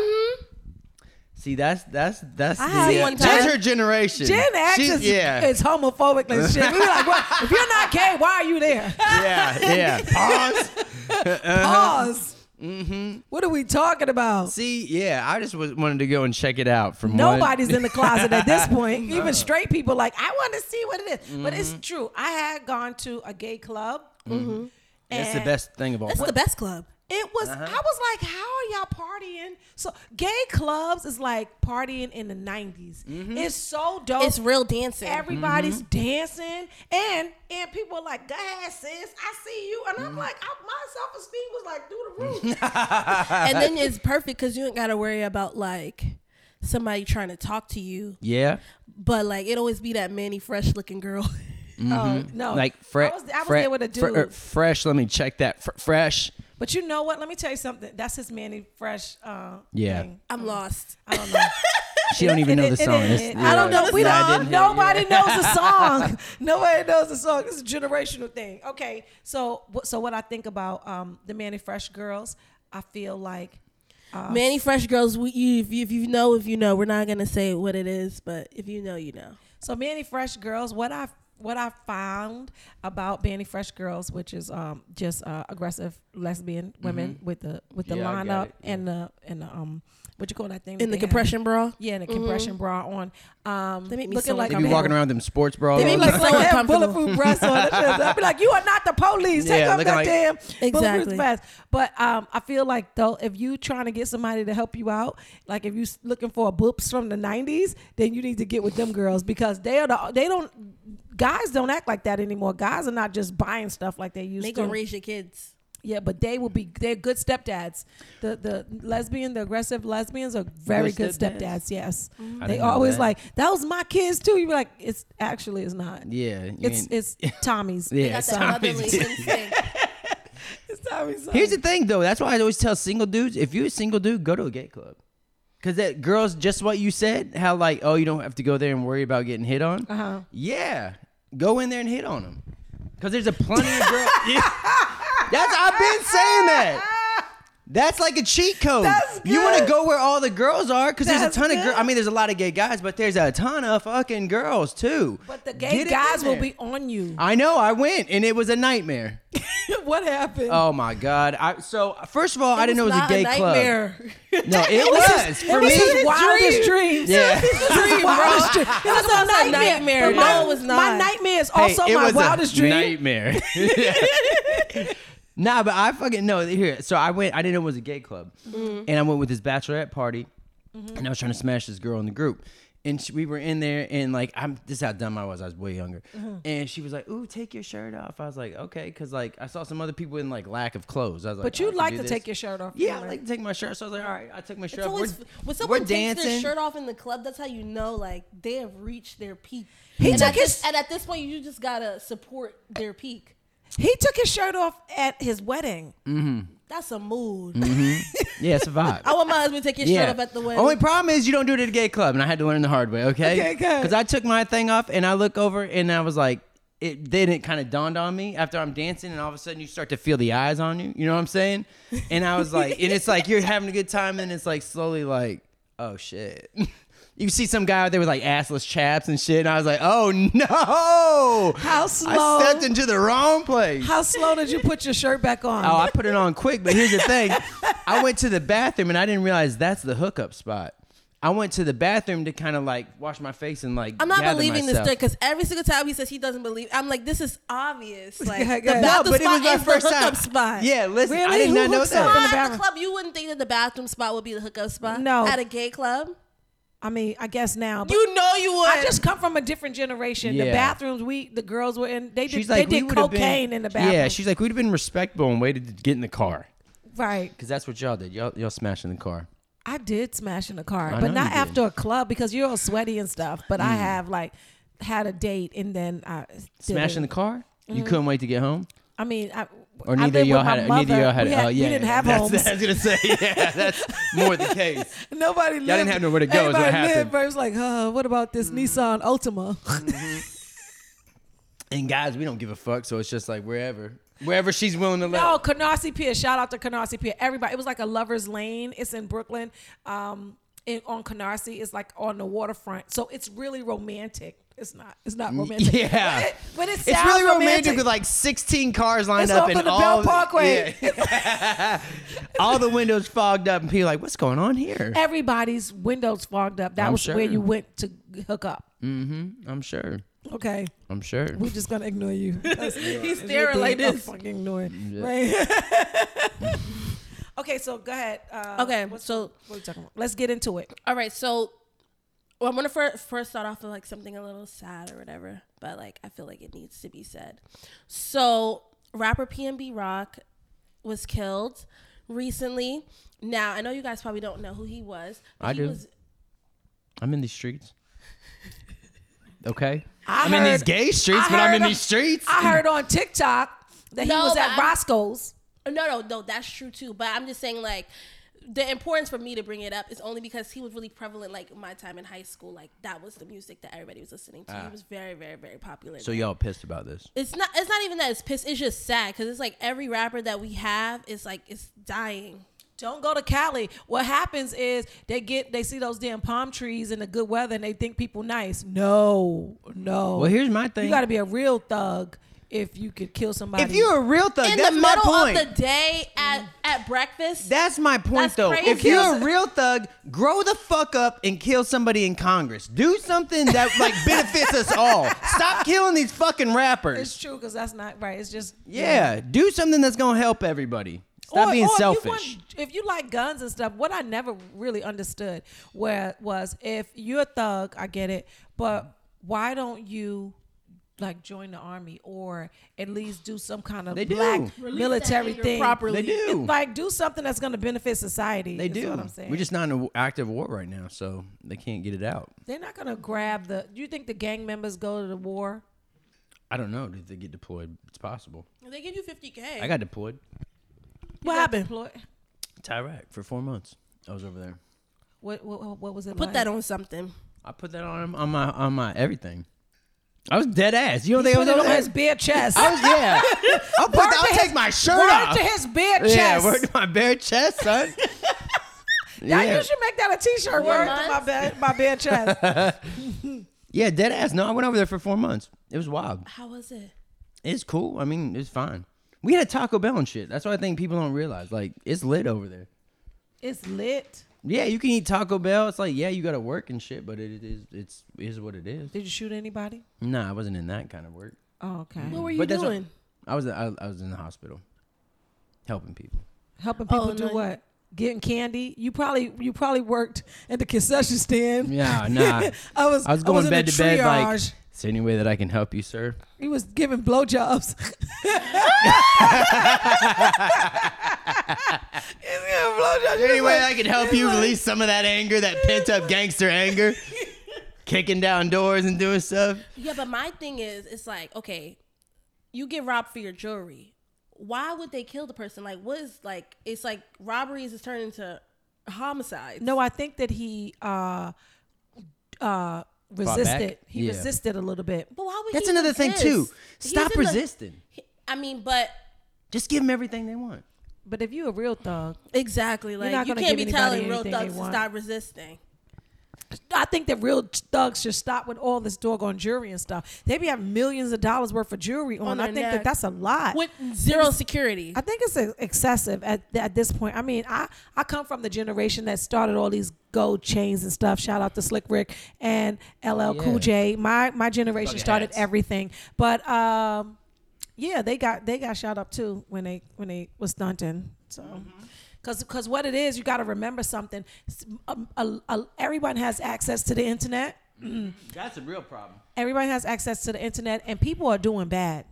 Speaker 3: See, that's that's that's
Speaker 1: had
Speaker 3: the, uh,
Speaker 2: one
Speaker 3: that's
Speaker 2: time.
Speaker 3: her generation.
Speaker 1: Gen X
Speaker 3: She-
Speaker 1: is,
Speaker 3: yeah,
Speaker 1: is homophobic and shit. We were like, well, if you're not gay, why are you there?
Speaker 3: yeah, yeah. Pause. Uh-huh.
Speaker 1: Pause.
Speaker 3: Mm-hmm.
Speaker 1: What are we talking about?
Speaker 3: See, yeah, I just was, wanted to go and check it out. From one-
Speaker 1: Nobody's in the closet at this point. Even straight people like, I want to see what it is." But it's
Speaker 3: Mm-hmm.
Speaker 1: true. I had gone to a gay club. And
Speaker 3: That's the best thing of all.
Speaker 2: That's
Speaker 3: time.
Speaker 2: the best club.
Speaker 1: It was. I was like, "How are y'all partying?" So gay clubs is like partying in the 90s It's so dope.
Speaker 2: It's real dancing.
Speaker 1: Everybody's dancing, and and people are like, "Go ahead, sis, I see you," and I'm like, I, my self esteem was like through the roof.
Speaker 2: and then it's perfect because you ain't gotta worry about like somebody trying to talk to you.
Speaker 3: yeah,
Speaker 2: But like it always be that manny fresh looking girl.
Speaker 1: Oh no,
Speaker 3: like fresh.
Speaker 1: I was, I was there with a dude,
Speaker 3: er, fresh. Let me check that. Fr- fresh.
Speaker 1: but you know what? Let me tell you something. That's his Manny Fresh. Uh,
Speaker 3: Yeah.
Speaker 1: thing.
Speaker 2: I'm lost.
Speaker 1: I don't know.
Speaker 3: She don't even
Speaker 1: It-
Speaker 3: know
Speaker 1: it-
Speaker 3: the
Speaker 1: it-
Speaker 3: song.
Speaker 1: it-
Speaker 3: It's-
Speaker 1: I don't
Speaker 3: yeah,
Speaker 1: know. We
Speaker 3: I didn't
Speaker 1: don't.
Speaker 3: hear
Speaker 1: Nobody
Speaker 3: it.
Speaker 1: knows the song. Nobody knows the song. This is a generational thing. Okay. So, wh- so what I think about um, the Manny Fresh girls, I feel like
Speaker 2: Manny Fresh girls, we, you, if, you, if you know, if you know, we're not gonna say what it is, but if you know, you know.
Speaker 1: so. Manny Fresh girls. What I what I found about Manny Fresh girls, which is um, just uh, aggressive lesbian women with the with the
Speaker 3: Mm-hmm. Yeah, I got
Speaker 1: lineup
Speaker 3: it.
Speaker 1: and the and the um, what you call that thing that
Speaker 2: In the
Speaker 1: they have?
Speaker 2: compression bra,
Speaker 1: Yeah, and a compression
Speaker 3: Mm-hmm.
Speaker 1: bra on. Um,
Speaker 2: They make me
Speaker 1: looking
Speaker 2: so
Speaker 1: like
Speaker 3: They
Speaker 1: I'm
Speaker 2: uncomfortable.
Speaker 3: be
Speaker 1: having-
Speaker 3: walking around with them sports bras.
Speaker 2: They be
Speaker 3: all
Speaker 1: They
Speaker 3: the
Speaker 1: look
Speaker 2: so
Speaker 1: like they Oh, have
Speaker 2: uncomfortable.
Speaker 1: bulletproof breasts on. I'd be like, you are not the police. Take
Speaker 3: Yeah,
Speaker 1: off
Speaker 3: looking
Speaker 1: that
Speaker 3: like-
Speaker 1: damn bulletproof
Speaker 2: Exactly.
Speaker 1: vest. But um, I feel like though, if you trying to get somebody to help you out, like if you s- looking for a boops from the '90s, then you need to get with them girls because they are the they don't guys don't act like that anymore. Guys are not just buying stuff like they used
Speaker 2: make
Speaker 1: to.
Speaker 2: them raise your kids.
Speaker 1: yeah, but they will be they're good stepdads. The the lesbian, the aggressive lesbians are very good,
Speaker 3: Good
Speaker 1: stepdads.
Speaker 3: stepdads.
Speaker 1: Yes,
Speaker 3: I
Speaker 1: they
Speaker 3: didn't know
Speaker 1: always
Speaker 3: that.
Speaker 1: like that was my kids too. You be like, it's actually it's not.
Speaker 3: Yeah, you
Speaker 1: It's
Speaker 3: ain't-
Speaker 1: it's Tommy's.
Speaker 3: yeah.
Speaker 2: They got that
Speaker 3: sorry.
Speaker 2: motherly instinct.
Speaker 1: It's Tommy's. son.
Speaker 3: Here's the thing, though. That's why I always tell single dudes: if you're a single dude, go to a gay club. Cause that girls, just what you said, how like, oh, you don't have to go there and worry about getting hit on.
Speaker 1: Uh-huh.
Speaker 3: Yeah, go in there and hit on them. Cause there's a plenty of girls. That's I've been saying that. That's like a cheat code.
Speaker 1: That's
Speaker 3: You want to
Speaker 1: good.
Speaker 3: go where all the girls are, cause
Speaker 1: That's
Speaker 3: there's a ton
Speaker 1: good.
Speaker 3: of girls. I mean, there's a lot of gay guys, but there's a ton of fucking girls too.
Speaker 1: but the gay
Speaker 3: Get it
Speaker 1: guys
Speaker 3: in
Speaker 1: will
Speaker 3: there.
Speaker 1: be on you.
Speaker 3: I know. I went, and it was a nightmare.
Speaker 1: what happened?
Speaker 3: Oh my god! I so first of all, I didn't know it was a
Speaker 2: not
Speaker 3: gay club.
Speaker 2: nightmare.
Speaker 3: No, it was for
Speaker 1: it was
Speaker 3: me.
Speaker 1: his wildest dreams.
Speaker 3: Yeah.
Speaker 1: His wildest dream. It was
Speaker 2: thought
Speaker 1: a
Speaker 2: it was a
Speaker 1: nightmare.
Speaker 2: nightmare.
Speaker 1: But my,
Speaker 2: No, it was not.
Speaker 1: My nightmare is also
Speaker 3: Hey, it
Speaker 1: my
Speaker 3: was a
Speaker 1: wildest dream.
Speaker 3: Nightmare. nah, but I fucking know. Here, so I went. I didn't know it was a gay club,
Speaker 1: Mm-hmm.
Speaker 3: and I went with this bachelorette party, and I was trying to smash this girl in the group. And she, we were in there, and like I'm this is how dumb I was. I was way younger,
Speaker 1: Mm-hmm.
Speaker 3: and she was like, "Ooh, take your shirt off." I was like, "Okay," because like I saw some other people in like lack of clothes. I was like,
Speaker 1: But
Speaker 3: "Oh, I
Speaker 1: you
Speaker 3: can
Speaker 1: like
Speaker 3: do
Speaker 1: to
Speaker 3: this."
Speaker 1: take your shirt off.
Speaker 3: Yeah, I like to take my shirt. So I was like, "All right," I took my shirt.
Speaker 2: It's
Speaker 3: off.
Speaker 2: always,
Speaker 3: We're-
Speaker 2: when
Speaker 3: we're
Speaker 2: someone takes their
Speaker 3: dancing.
Speaker 2: shirt off in the club, that's how you know like they have reached their peak.
Speaker 1: He
Speaker 2: and
Speaker 1: took
Speaker 2: at
Speaker 1: his-
Speaker 2: this, and at this point, you just gotta support their peak.
Speaker 1: he took his shirt off at his wedding.
Speaker 2: That's a mood.
Speaker 3: Yeah, it's a vibe.
Speaker 2: I want my husband to take his shirt off at the wedding.
Speaker 3: Mm-hmm. Only problem is you don't do it at a gay club, and I had to learn the hard way. Okay,
Speaker 1: Okay, good.
Speaker 3: Because I took my thing off, and I look over, and I was like, it then it kind of dawned on me after I'm dancing, and all of a sudden you start to feel the eyes on you. You know what I'm saying? And I was like, and it's like you're having a good time, and it's like slowly like, oh shit. You see some guy out there with like assless chaps and shit, and I was like, "Oh no!"
Speaker 1: How slow.
Speaker 3: I stepped into the wrong place.
Speaker 1: How slow did you put your shirt back on?
Speaker 3: Oh, I put it on quick, but here's the thing. I went to the bathroom and I didn't realize that's the hookup spot. I went to the bathroom to kind of like wash my face and like.
Speaker 2: I'm not
Speaker 3: gather
Speaker 2: believing
Speaker 3: myself.
Speaker 2: this story because every single time he says he doesn't believe, I'm like, this is obvious. Like
Speaker 1: Yeah,
Speaker 2: the
Speaker 1: yeah. No,
Speaker 2: bathroom
Speaker 3: but it was
Speaker 2: spot
Speaker 3: my
Speaker 2: is
Speaker 3: first
Speaker 2: the hookup
Speaker 3: time.
Speaker 2: spot.
Speaker 3: Yeah, listen,
Speaker 1: Really?
Speaker 3: I did
Speaker 1: Who
Speaker 3: not know
Speaker 1: hooks up in
Speaker 3: that.
Speaker 1: the
Speaker 2: At the
Speaker 1: bathroom?
Speaker 2: club, you wouldn't think that the bathroom spot would be the hookup spot.
Speaker 1: No.
Speaker 2: At a gay club,
Speaker 1: I mean, I guess now. But
Speaker 2: you know you would.
Speaker 1: I just come from a different generation. The
Speaker 3: Yeah.
Speaker 1: bathrooms we the girls were in, they did
Speaker 3: She's like,
Speaker 1: they did
Speaker 3: we would've been-
Speaker 1: cocaine in the bathroom.
Speaker 3: Yeah, she's like, we'd have been respectable and waited to get in the car
Speaker 1: right.
Speaker 3: because that's what y'all did. Y'all y'all smashing the car.
Speaker 1: I did smash in the car,
Speaker 3: I
Speaker 1: but
Speaker 3: know
Speaker 1: not
Speaker 3: you did. Mm.
Speaker 1: after a club because you're all sweaty and stuff. But I have like had a date and then I did
Speaker 3: Smashing
Speaker 1: it.
Speaker 3: the car. You couldn't wait to get home.
Speaker 1: I mean, I,
Speaker 3: Or
Speaker 1: I've
Speaker 3: neither
Speaker 1: been
Speaker 3: y'all
Speaker 1: with my
Speaker 3: had. Neither y'all
Speaker 1: mother.
Speaker 3: had.
Speaker 1: We
Speaker 3: oh,
Speaker 1: had-
Speaker 3: yeah.
Speaker 1: we didn't have
Speaker 3: that's,
Speaker 1: homes.
Speaker 3: I was gonna say. Yeah, that's more the case.
Speaker 1: Nobody lived.
Speaker 3: didn't have nowhere to go is what
Speaker 1: Everybody
Speaker 3: happened. Mm.
Speaker 1: lived, but it was like, huh, what about this Nissan Ultima?
Speaker 3: And guys, we don't give a fuck. So it's just like wherever, wherever she's willing to let.
Speaker 1: No, Canarsie Pier. Shout out to Canarsie Pier. Everybody, it was like a lover's lane. It's in Brooklyn. Um, in, on Canarsie, it's like on the waterfront, so it's really romantic. It's not. It's not romantic.
Speaker 3: Mm, Yeah.
Speaker 1: but it, but it
Speaker 3: It's
Speaker 1: sounds
Speaker 3: really romantic,
Speaker 1: romantic
Speaker 3: with like 16 cars lined
Speaker 1: It's
Speaker 3: up
Speaker 1: off
Speaker 3: and
Speaker 1: of the
Speaker 3: all
Speaker 1: Bell
Speaker 3: the-
Speaker 1: Parkway.
Speaker 3: yeah. all the windows fogged up and people are like, "What's going on here?"
Speaker 1: Everybody's windows fogged up. That
Speaker 3: I'm
Speaker 1: was
Speaker 3: sure.
Speaker 1: where you went to hook up.
Speaker 3: I'm sure.
Speaker 1: Okay,
Speaker 3: I'm sure.
Speaker 1: we're just gonna ignore you. That's-
Speaker 2: He's
Speaker 1: It's your
Speaker 2: staring like
Speaker 1: day. I'm
Speaker 2: this.
Speaker 1: fucking ignoring. Right. okay, so go ahead. Uh,
Speaker 2: Okay,
Speaker 1: what's-
Speaker 2: so
Speaker 1: what are we talking about? Let's get into it.
Speaker 2: all right, so well, I'm gonna first, first start off with like something a little sad or whatever, but like I feel like it needs to be said. So rapper PNB Rock was killed recently. Now I know you guys probably don't know who he was. but
Speaker 3: I
Speaker 2: he
Speaker 3: do.
Speaker 2: Was,
Speaker 3: I'm in these streets. Okay.
Speaker 1: I
Speaker 3: am in these
Speaker 1: heard-
Speaker 3: gay streets,
Speaker 1: I
Speaker 3: but I'm
Speaker 1: heard
Speaker 3: in
Speaker 1: a-
Speaker 3: these streets.
Speaker 1: I heard on TikTok that he
Speaker 2: No,
Speaker 1: was
Speaker 2: but
Speaker 1: at
Speaker 2: I'm-
Speaker 1: Roscoe's.
Speaker 2: uh, No, no, no, that's true too. But I'm just saying, like, the importance for me to bring it up is only because he was really prevalent, like, my time in high school. Like, that was the music that everybody was listening to. he was very, very, very popular.
Speaker 3: Ah. so y'all pissed about this?
Speaker 2: it's not. It's not even that it's pissed. It's just sad because it's like every rapper that we have is like it's dying.
Speaker 1: Don't go to Cali. What happens is they get they see those damn palm trees in the good weather and they think people nice. No, no.
Speaker 3: Well, here's my thing.
Speaker 1: you got to be a real thug if you could kill somebody.
Speaker 3: if you're a real thug,
Speaker 2: In
Speaker 3: Uh, that's
Speaker 2: the
Speaker 3: my
Speaker 2: middle
Speaker 3: point. Mm.
Speaker 2: of the day at at breakfast.
Speaker 3: That's my point,
Speaker 2: That's
Speaker 3: though.
Speaker 2: crazy.
Speaker 3: If you're a real thug, grow the fuck up and kill somebody in Congress. Do something that like benefits us all. Stop killing these fucking
Speaker 1: it's
Speaker 3: rappers.
Speaker 1: true because that's not right. It's just
Speaker 3: Yeah, do something that's gonna help everybody. Stop
Speaker 1: Or-
Speaker 3: being
Speaker 1: or If you,
Speaker 3: selfish.
Speaker 1: want, if you like guns and stuff, what I never really understood where was if you're a thug, I get it, but why don't you like join the army or at least do some kind of
Speaker 3: They do.
Speaker 1: black
Speaker 3: Release
Speaker 1: military thing
Speaker 2: properly.
Speaker 3: They do.
Speaker 1: Like do something that's going to benefit society.
Speaker 3: They
Speaker 1: is
Speaker 3: do.
Speaker 1: What I'm saying.
Speaker 3: We're just not in an active war right now, so they can't get it out.
Speaker 1: They're not going to grab the. Do you think the gang members go to the war?
Speaker 3: I don't know. Did they get deployed? It's possible.
Speaker 2: They give you 50k.
Speaker 3: I got deployed
Speaker 1: What happened? What,
Speaker 3: to Iraq for four months. I was over there.
Speaker 1: what what what was it?
Speaker 2: Put
Speaker 1: like?
Speaker 2: that on something.
Speaker 3: I put that on on my on my everything. I was dead ass. You don't think I
Speaker 1: Put
Speaker 3: was
Speaker 1: it
Speaker 3: over
Speaker 1: on
Speaker 3: there?
Speaker 1: his bare chest.
Speaker 3: I was, yeah. I'll, put
Speaker 1: Oh, Word
Speaker 3: the,
Speaker 1: to
Speaker 3: I'll take
Speaker 1: his-
Speaker 3: my shirt
Speaker 1: word
Speaker 3: off.
Speaker 1: to his bare
Speaker 3: Yeah,
Speaker 1: chest.
Speaker 3: word to my bare chest, son.
Speaker 1: Now
Speaker 3: yeah.
Speaker 1: you should make that a T-shirt.
Speaker 2: Four
Speaker 1: Word to my
Speaker 2: months?
Speaker 1: bare, my bare chest.
Speaker 3: yeah, dead ass. No, I went over there for four months. It was wild.
Speaker 2: How was
Speaker 3: Mm,
Speaker 2: it?
Speaker 3: It's cool. I mean, it's fine. We had Taco Bell and shit. That's what I think people don't realize. Like, it's lit over there.
Speaker 1: it's lit.
Speaker 3: Yeah, you can eat Taco Bell. It's like, yeah, you gotta work and shit, but it is it's is what it is.
Speaker 1: Did you shoot anybody?
Speaker 3: Nah, I wasn't in that kind of work.
Speaker 1: Oh, okay.
Speaker 2: What were you
Speaker 3: But that's what-
Speaker 2: doing?
Speaker 3: I was I, I was in the hospital, helping people.
Speaker 1: Helping people
Speaker 2: Oh,
Speaker 1: do
Speaker 2: no.
Speaker 1: what? Getting candy. You probably you probably worked at the concession stand.
Speaker 3: Yeah, nah.
Speaker 1: I was
Speaker 3: I was going
Speaker 1: in
Speaker 3: bed
Speaker 1: the
Speaker 3: to bed like,
Speaker 1: triage.
Speaker 3: is there any way that I can help you, sir?
Speaker 1: he was giving blowjobs. He's giving blowjobs.
Speaker 3: Any way I can help you release some of that anger, that pent up gangster anger, kicking down doors and doing stuff.
Speaker 2: Yeah, but my thing is, it's like, okay, you get robbed for your jewelry. Why would they kill the person? Like, what is like? It's like robberies is turned into homicides.
Speaker 1: No, I think that he uh uh resisted. He
Speaker 3: Yeah.
Speaker 1: resisted a little bit.
Speaker 2: but why would
Speaker 3: That's
Speaker 2: he
Speaker 3: another thing too.
Speaker 2: resist? He's
Speaker 3: Stop
Speaker 2: in the-
Speaker 3: resisting.
Speaker 2: he- I mean, but
Speaker 3: Just give them everything they want.
Speaker 1: But if you a real thug,
Speaker 2: exactly, like
Speaker 1: not
Speaker 2: you
Speaker 1: gonna
Speaker 2: can't
Speaker 1: give
Speaker 2: be
Speaker 1: anybody
Speaker 2: telling real
Speaker 1: anything they
Speaker 2: thugs to
Speaker 1: want.
Speaker 2: stop resisting.
Speaker 1: I think that real thugs should stop with all this doggone jewelry and stuff. They be having millions of dollars worth of jewelry on.
Speaker 2: On
Speaker 1: I
Speaker 2: their
Speaker 1: think that
Speaker 2: neck.
Speaker 1: that's a lot.
Speaker 2: With zero security,
Speaker 1: I think it's uh, excessive at, at this point. I mean, I, I come from the generation that started all these gold chains and stuff. Shout out to Slick Rick and LL Cool J. My my generation
Speaker 3: Bucket
Speaker 1: started
Speaker 3: hats.
Speaker 1: everything, but um, yeah, they got they got shot up too when they when they was stunting. So. Cause, Cause, what it is, you got to remember something. S- um, a- a- everyone has access to the internet.
Speaker 3: That's a real problem.
Speaker 1: Everybody has access to the internet, and people are doing bad.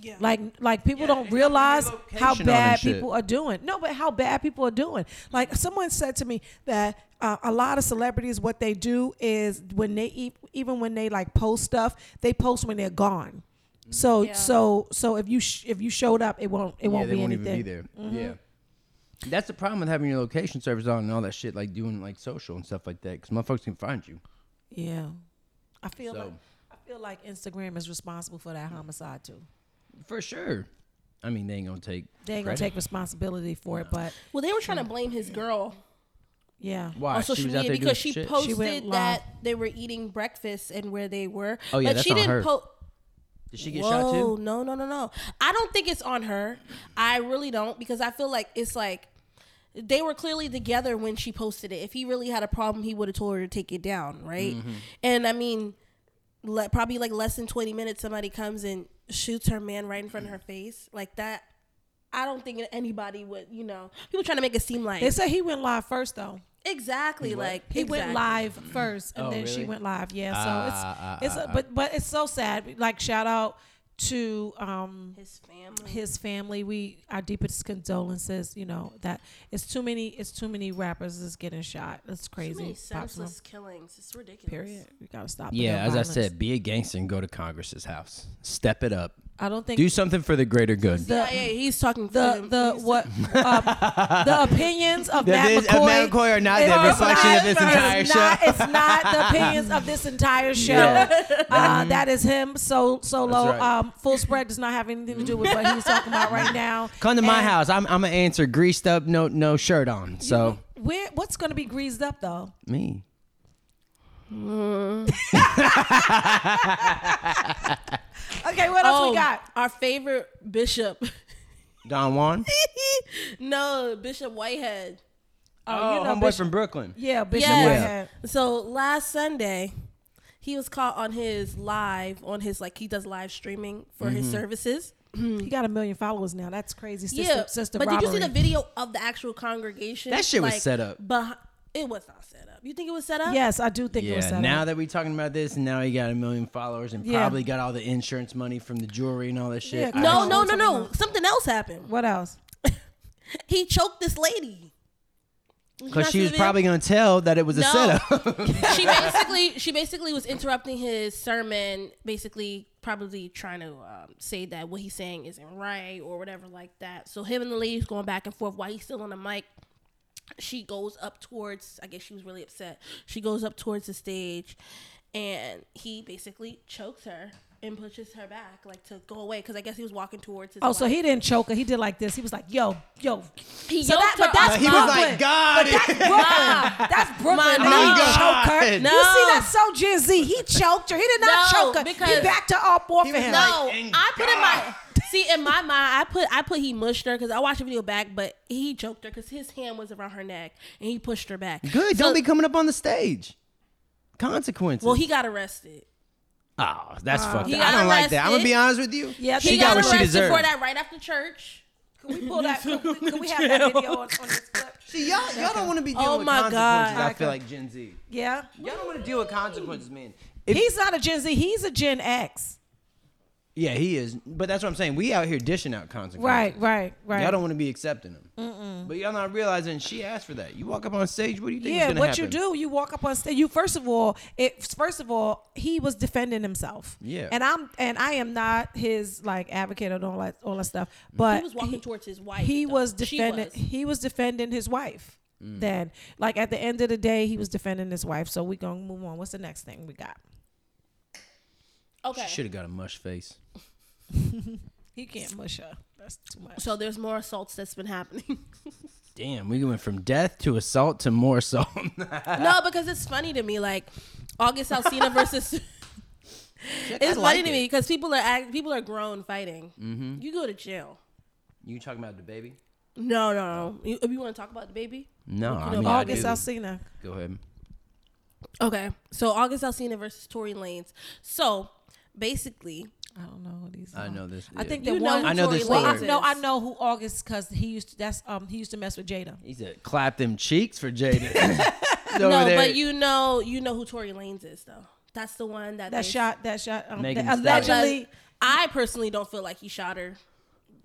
Speaker 2: yeah.
Speaker 1: Like like people don't
Speaker 3: it's
Speaker 1: realize
Speaker 3: relocation
Speaker 1: how
Speaker 3: on them
Speaker 1: bad
Speaker 3: shit.
Speaker 1: people are doing. No, but how bad people are doing. Like someone said to me that uh, a lot of celebrities, what e-, they do is when they eat, even when they like post stuff, they post when they're gone. So
Speaker 2: Mm-hmm. Yeah.
Speaker 1: so so if you sh- if you showed up, it won't it won't
Speaker 3: yeah, they
Speaker 1: be Mm-hmm.
Speaker 3: won't
Speaker 1: anything.
Speaker 3: even be there. Yeah. That's the problem with having your location servers on and all that shit, like doing like social and stuff like that, because motherfuckers can find you.
Speaker 1: Yeah, I feel
Speaker 3: So-
Speaker 1: like I feel like Instagram is responsible for that homicide too.
Speaker 3: For sure. I mean, they ain't gonna take.
Speaker 1: They ain't gonna
Speaker 3: credit.
Speaker 1: take responsibility for it, but
Speaker 2: Well, they were trying to blame his girl
Speaker 1: yeah,
Speaker 3: Why?
Speaker 2: on social
Speaker 3: was out
Speaker 2: media
Speaker 3: there doing
Speaker 2: because she
Speaker 3: shit?
Speaker 1: She went
Speaker 2: posted
Speaker 1: live.
Speaker 2: that they were eating breakfast and where they were.
Speaker 3: Oh, yeah,
Speaker 2: but
Speaker 3: that's
Speaker 2: she
Speaker 3: on
Speaker 2: didn't
Speaker 3: her.
Speaker 2: post.
Speaker 3: Did she get
Speaker 2: Whoa,
Speaker 3: shot too?
Speaker 2: No, no, no, no. I don't think it's on her. I really don't because I feel like it's like they were clearly together when she posted it. If he really had a problem, he would have told her to take it down, right?
Speaker 3: Mm-hmm.
Speaker 2: And I mean, le- probably like less than 20 minutes, somebody comes and shoots her man right in front of her face. Like that, I don't think anybody would, you know, people trying to make it seem like.
Speaker 1: they say he went live first though.
Speaker 2: exactly. Like,
Speaker 1: He went
Speaker 2: exactly. Mm.
Speaker 1: live first, and
Speaker 3: Oh,
Speaker 1: then she
Speaker 3: really?
Speaker 1: went live. Yeah, so
Speaker 3: Ah,
Speaker 1: it's it's a, but but it's so sad. Like shout out to um
Speaker 2: His family.
Speaker 1: his family. We our deepest condolences. You know that it's too many. It's too many rappers is getting shot. That's
Speaker 2: Too many
Speaker 1: crazy. Pop Smoke,
Speaker 2: senseless killings. It's ridiculous.
Speaker 1: period. We gotta stop. the
Speaker 3: Yeah,
Speaker 1: gun
Speaker 3: as
Speaker 1: violence.
Speaker 3: I said, be a gangster and go to Congress's house. Step it up.
Speaker 1: I don't think
Speaker 3: Do something for the greater good.
Speaker 2: yeah, yeah, he's talking
Speaker 1: the the what uh, the opinions of
Speaker 3: The
Speaker 1: Matt
Speaker 3: opinions of
Speaker 1: McCoy,
Speaker 3: Matt McCoy are not the
Speaker 1: It's
Speaker 3: reflection of this
Speaker 1: it's
Speaker 3: entire
Speaker 1: not-
Speaker 3: show.
Speaker 1: It's not the opinions of this entire show.
Speaker 3: Yeah.
Speaker 1: Uh, that is him so solo.
Speaker 3: That's right.
Speaker 1: Um, full spread does not have anything to do with what he's talking about right now.
Speaker 3: Come to my
Speaker 1: And
Speaker 3: house. I'm I'm gonna answer greased up, no no shirt on. So
Speaker 1: Where, what's going to be greased up though?
Speaker 3: me.
Speaker 1: Okay, what
Speaker 2: Oh.
Speaker 1: else we got?
Speaker 2: Our favorite bishop.
Speaker 3: Don Juan.
Speaker 2: no, Bishop Whitehead.
Speaker 1: Oh, you know,
Speaker 3: homeboy
Speaker 1: Bishop,
Speaker 3: from Brooklyn.
Speaker 1: yeah, Bishop
Speaker 2: Yeah.
Speaker 1: Whitehead.
Speaker 2: So last Sunday, he was caught on his live on his like he does live streaming for his
Speaker 3: Mm-hmm.
Speaker 2: services.
Speaker 1: He got a million followers now. That's crazy. Sister,
Speaker 2: Hmm. yeah,
Speaker 1: sister
Speaker 2: but
Speaker 1: robbery.
Speaker 2: did you see the video of the actual congregation?
Speaker 3: That shit was set up.
Speaker 2: But it was not set up. You think it was set up?
Speaker 1: Yes, I do think it was
Speaker 3: Yeah,
Speaker 1: set
Speaker 3: now
Speaker 1: up.
Speaker 3: that we're talking about this, and now he got a million followers and
Speaker 1: Yeah.
Speaker 3: probably got all the insurance money from the jewelry and all that shit.
Speaker 1: Yeah,
Speaker 2: No,
Speaker 1: I-
Speaker 2: no, no, no. Something else happened.
Speaker 1: What else?
Speaker 2: He choked this lady. Did you not
Speaker 3: Because she
Speaker 2: see the
Speaker 3: was
Speaker 2: video?
Speaker 3: probably going to tell that it was a
Speaker 2: No.
Speaker 3: setup.
Speaker 2: she basically she basically was interrupting his sermon, basically probably trying to um, say that what he's saying isn't right or whatever like that. So him and the lady's going back and forth while he's still on the mic. She goes up towards. I guess she was really upset. She goes up towards the stage, and he basically chokes her and pushes her back, like to go away. Because I guess he was walking towards his.
Speaker 1: Oh, so
Speaker 2: wife.
Speaker 1: he didn't choke her. He did like this. He was like, "Yo, yo."
Speaker 2: He
Speaker 1: So
Speaker 2: yoked
Speaker 1: that, but
Speaker 2: her
Speaker 1: that's
Speaker 2: off.
Speaker 3: He was
Speaker 1: Brooklyn.
Speaker 3: like, "God."
Speaker 1: But that's Brooklyn. that's Brooklyn.
Speaker 2: My
Speaker 1: He
Speaker 2: God.
Speaker 1: choked her.
Speaker 3: No.
Speaker 1: You see that so Gen Z? He choked her. He did not
Speaker 2: No,
Speaker 1: choke her.
Speaker 2: because-
Speaker 1: he backed her up off of
Speaker 3: was
Speaker 1: him.
Speaker 3: like-
Speaker 2: No,
Speaker 3: "And
Speaker 2: I put in my see in my mind. I put I put he mushed her because I watched the video back, but he choked her because his hand was around her neck and he pushed her back.
Speaker 3: Good. Don't
Speaker 2: So-
Speaker 3: be coming up on the stage. Consequences.
Speaker 2: Well, he got arrested.
Speaker 3: oh, that's fucked
Speaker 2: He
Speaker 3: up. I
Speaker 2: got
Speaker 3: don't like that. I'm going
Speaker 2: arrested.
Speaker 3: to be honest with you.
Speaker 1: Yeah,
Speaker 3: she
Speaker 1: he
Speaker 3: got,
Speaker 1: got
Speaker 3: what she
Speaker 2: arrested
Speaker 3: deserved.
Speaker 2: for that right after church.
Speaker 1: Can we pull that? Can we, can we have that video on, on this clip?
Speaker 3: See, y'all, y'all don't want to be dealing
Speaker 2: Oh
Speaker 3: with
Speaker 2: my God.
Speaker 3: consequences, I
Speaker 1: Okay.
Speaker 3: feel like Gen Z.
Speaker 1: Yeah.
Speaker 3: Y'all don't want to deal with consequences, man. If,
Speaker 1: He's not a Gen Z. He's a Gen X.
Speaker 3: yeah, he is. But that's what I'm saying. We out here dishing out consequences.
Speaker 1: Right. Right. Right.
Speaker 3: Y'all don't want to be accepting them. But y'all not realizing she asked for that. You walk up on stage, what do you think
Speaker 1: yeah.
Speaker 3: is going to
Speaker 1: What
Speaker 3: happen?
Speaker 1: you do? You walk up on stage. You first of all, it first of all, he was defending himself.
Speaker 3: Yeah.
Speaker 1: And I'm and I am not his like advocate or all that all that stuff. But
Speaker 2: He was walking
Speaker 1: he-
Speaker 2: towards his wife.
Speaker 1: he
Speaker 2: though.
Speaker 1: was
Speaker 2: She
Speaker 1: defending
Speaker 2: was.
Speaker 1: he was defending his wife
Speaker 3: Mm.
Speaker 1: then like at the end of the day he was defending his wife so we gonna move on what's the next thing we got
Speaker 2: Okay.
Speaker 3: Should have got a mush face.
Speaker 1: he can't mush her that's too much
Speaker 2: So there's more assaults that's been happening.
Speaker 3: Damn, we went from death to assault to more assault.
Speaker 2: no, because it's funny to me, like August Alsina versus.
Speaker 3: I
Speaker 2: It's
Speaker 3: like
Speaker 2: funny to
Speaker 3: it. Mm-hmm.
Speaker 2: me because people are act, people are grown fighting. You go to jail.
Speaker 3: you talking about the baby?
Speaker 2: No, no, no. You, if you want to talk about the baby,
Speaker 3: No, I
Speaker 2: know,
Speaker 3: mean, I
Speaker 1: august
Speaker 3: do.
Speaker 1: alcina
Speaker 3: Go ahead.
Speaker 2: Okay, so August Alsina versus Tory Lanez. So basically,
Speaker 1: i don't know who these
Speaker 3: I
Speaker 1: are.
Speaker 3: know this.
Speaker 1: i think
Speaker 3: yeah.
Speaker 1: that
Speaker 2: You know
Speaker 1: one
Speaker 2: who
Speaker 3: I know this
Speaker 2: Tory
Speaker 1: well,
Speaker 2: Lanez
Speaker 1: I,
Speaker 3: story.
Speaker 2: is.
Speaker 1: no i know who august because he used to that's um he used to mess with jada
Speaker 3: he said clap them cheeks for Jaden. He's over
Speaker 2: No,
Speaker 3: there.
Speaker 2: but you know, you know who Tory Lanez is though. That's the one that
Speaker 1: that
Speaker 2: they-
Speaker 1: shot that shot um,
Speaker 3: Megan
Speaker 1: that
Speaker 3: Thee Stallion.
Speaker 1: allegedly
Speaker 2: I personally don't feel like he shot her,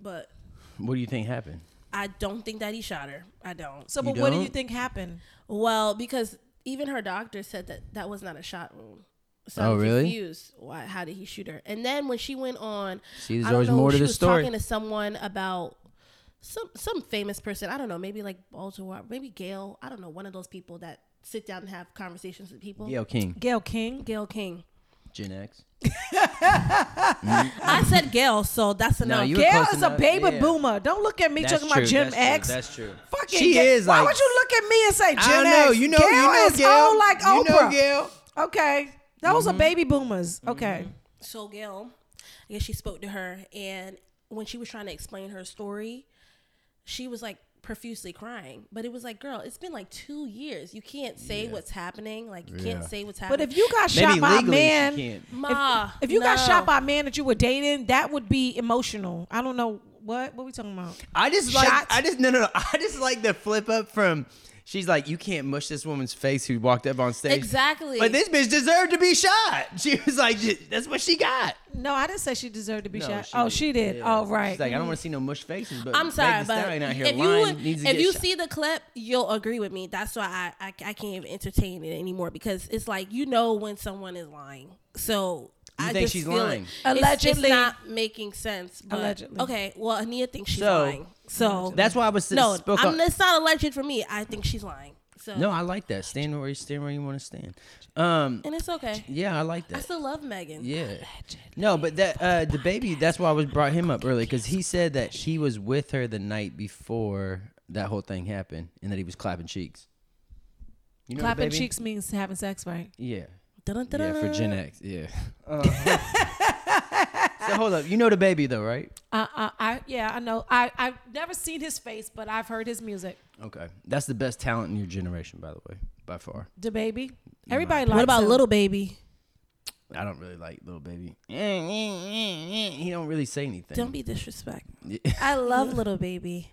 Speaker 2: but
Speaker 3: What do you think happened?
Speaker 2: I don't think that he shot her. I don't.
Speaker 1: so
Speaker 3: You
Speaker 1: but what do you
Speaker 3: don't?
Speaker 1: think happened
Speaker 2: Well, because even her doctor said that that was not a shot wound. So
Speaker 3: Oh,
Speaker 2: I'm
Speaker 3: really?
Speaker 2: confused. Why? How did he shoot her? And then when she went on,
Speaker 3: See, there's
Speaker 2: I don't
Speaker 3: always
Speaker 2: know,
Speaker 3: more to
Speaker 2: she
Speaker 3: the
Speaker 2: was
Speaker 3: story.
Speaker 2: Talking to someone about some some famous person. I don't know. Maybe like Baltimore. Maybe Gail. I don't know. One of those people that sit down and have conversations with people.
Speaker 3: Gail King,
Speaker 1: Gail King.
Speaker 2: Gail King.
Speaker 3: Gen X.
Speaker 2: I said Gail, so that's enough.
Speaker 3: you were
Speaker 1: Gail
Speaker 3: close
Speaker 1: is a
Speaker 3: enough.
Speaker 1: baby
Speaker 3: Yeah.
Speaker 1: boomer. Don't look at me
Speaker 3: That's
Speaker 1: talking about
Speaker 3: true,
Speaker 1: Jim
Speaker 3: that's true,
Speaker 1: X.
Speaker 3: that's true.
Speaker 1: Fucking
Speaker 3: She
Speaker 1: Gail-
Speaker 3: is
Speaker 1: Why
Speaker 3: like-
Speaker 1: would you look at me and say Jim
Speaker 3: I don't know.
Speaker 1: X?
Speaker 3: You know,
Speaker 1: Gail
Speaker 3: you know,
Speaker 1: is
Speaker 3: Gail.
Speaker 1: old like
Speaker 3: you
Speaker 1: Oprah.
Speaker 3: know, Gail.
Speaker 1: Okay, those are baby boomers. Okay,
Speaker 2: so Gail, I guess she spoke to her, and when she was trying to explain her story, she was like profusely crying. But it was like, girl, it's been like two years. You can't say what's happening. Like you
Speaker 3: Yeah.
Speaker 2: can't say what's
Speaker 1: but
Speaker 2: happening.
Speaker 1: if you got
Speaker 3: Maybe
Speaker 1: shot by a
Speaker 3: legally she
Speaker 1: man,
Speaker 3: can't.
Speaker 2: Ma,
Speaker 1: if you got
Speaker 2: no.
Speaker 1: shot by a man that you were dating, that would be emotional. I don't know what what we talking about.
Speaker 3: I just like
Speaker 1: Shots.
Speaker 3: I just no no no. I just like the flip up from she's like you can't mush this woman's face who walked up on stage.
Speaker 2: Exactly.
Speaker 3: But this bitch deserved to be shot. She was like that's what she got.
Speaker 1: No, I didn't say she deserved to be
Speaker 3: No,
Speaker 1: shot. oh,
Speaker 3: did.
Speaker 1: she did.
Speaker 3: Yeah.
Speaker 1: Oh, right.
Speaker 3: She's like I don't want to see no mush faces. But
Speaker 2: I'm sorry,
Speaker 3: Meg Thee
Speaker 2: but
Speaker 3: Stallion out here
Speaker 2: if you
Speaker 3: lying
Speaker 2: would,
Speaker 3: needs to
Speaker 2: if
Speaker 3: get
Speaker 2: you
Speaker 3: shot.
Speaker 2: see the clip, you'll agree with me. That's why I, I I can't even entertain it anymore because it's like you know when someone is lying. So
Speaker 3: You
Speaker 2: I
Speaker 3: think
Speaker 2: just
Speaker 3: she's
Speaker 2: feel it.
Speaker 3: lying?
Speaker 2: It's- it's
Speaker 1: Allegedly.
Speaker 2: not making sense. But,
Speaker 1: Allegedly.
Speaker 2: okay. Well, Ania thinks she's
Speaker 3: So-
Speaker 2: lying. So
Speaker 3: that's why I was
Speaker 2: no,
Speaker 3: spoke
Speaker 2: I'm,
Speaker 3: up.
Speaker 2: it's not alleged for me. I think she's lying. So
Speaker 3: no, I like that. Stand where you stand where you want to stand. Um,
Speaker 2: and it's okay.
Speaker 3: yeah, I like
Speaker 2: I
Speaker 3: that.
Speaker 2: still love Megan.
Speaker 3: Yeah. No, but that uh the baby, that's why I was brought him up early cuz he said that he was with her the night before that whole thing happened and that he was clapping cheeks. You know the
Speaker 1: Clapping
Speaker 3: baby?
Speaker 1: cheeks means having sex, right?
Speaker 3: Yeah.
Speaker 2: Dun, dun,
Speaker 3: Yeah,
Speaker 2: dun,
Speaker 3: for
Speaker 2: dun.
Speaker 3: Gen X. Yeah. so hold up. You know the baby though, right?
Speaker 1: Uh, uh, I yeah, I know. I I've never seen his face, but I've heard his music.
Speaker 3: Okay. That's the best talent in your generation by the way, by far.
Speaker 1: The baby. Everybody likes
Speaker 2: What about
Speaker 1: him.
Speaker 2: little baby?
Speaker 3: I don't really like little baby. He don't really say anything.
Speaker 2: Don't be disrespectful.
Speaker 3: Yeah.
Speaker 2: I love little baby.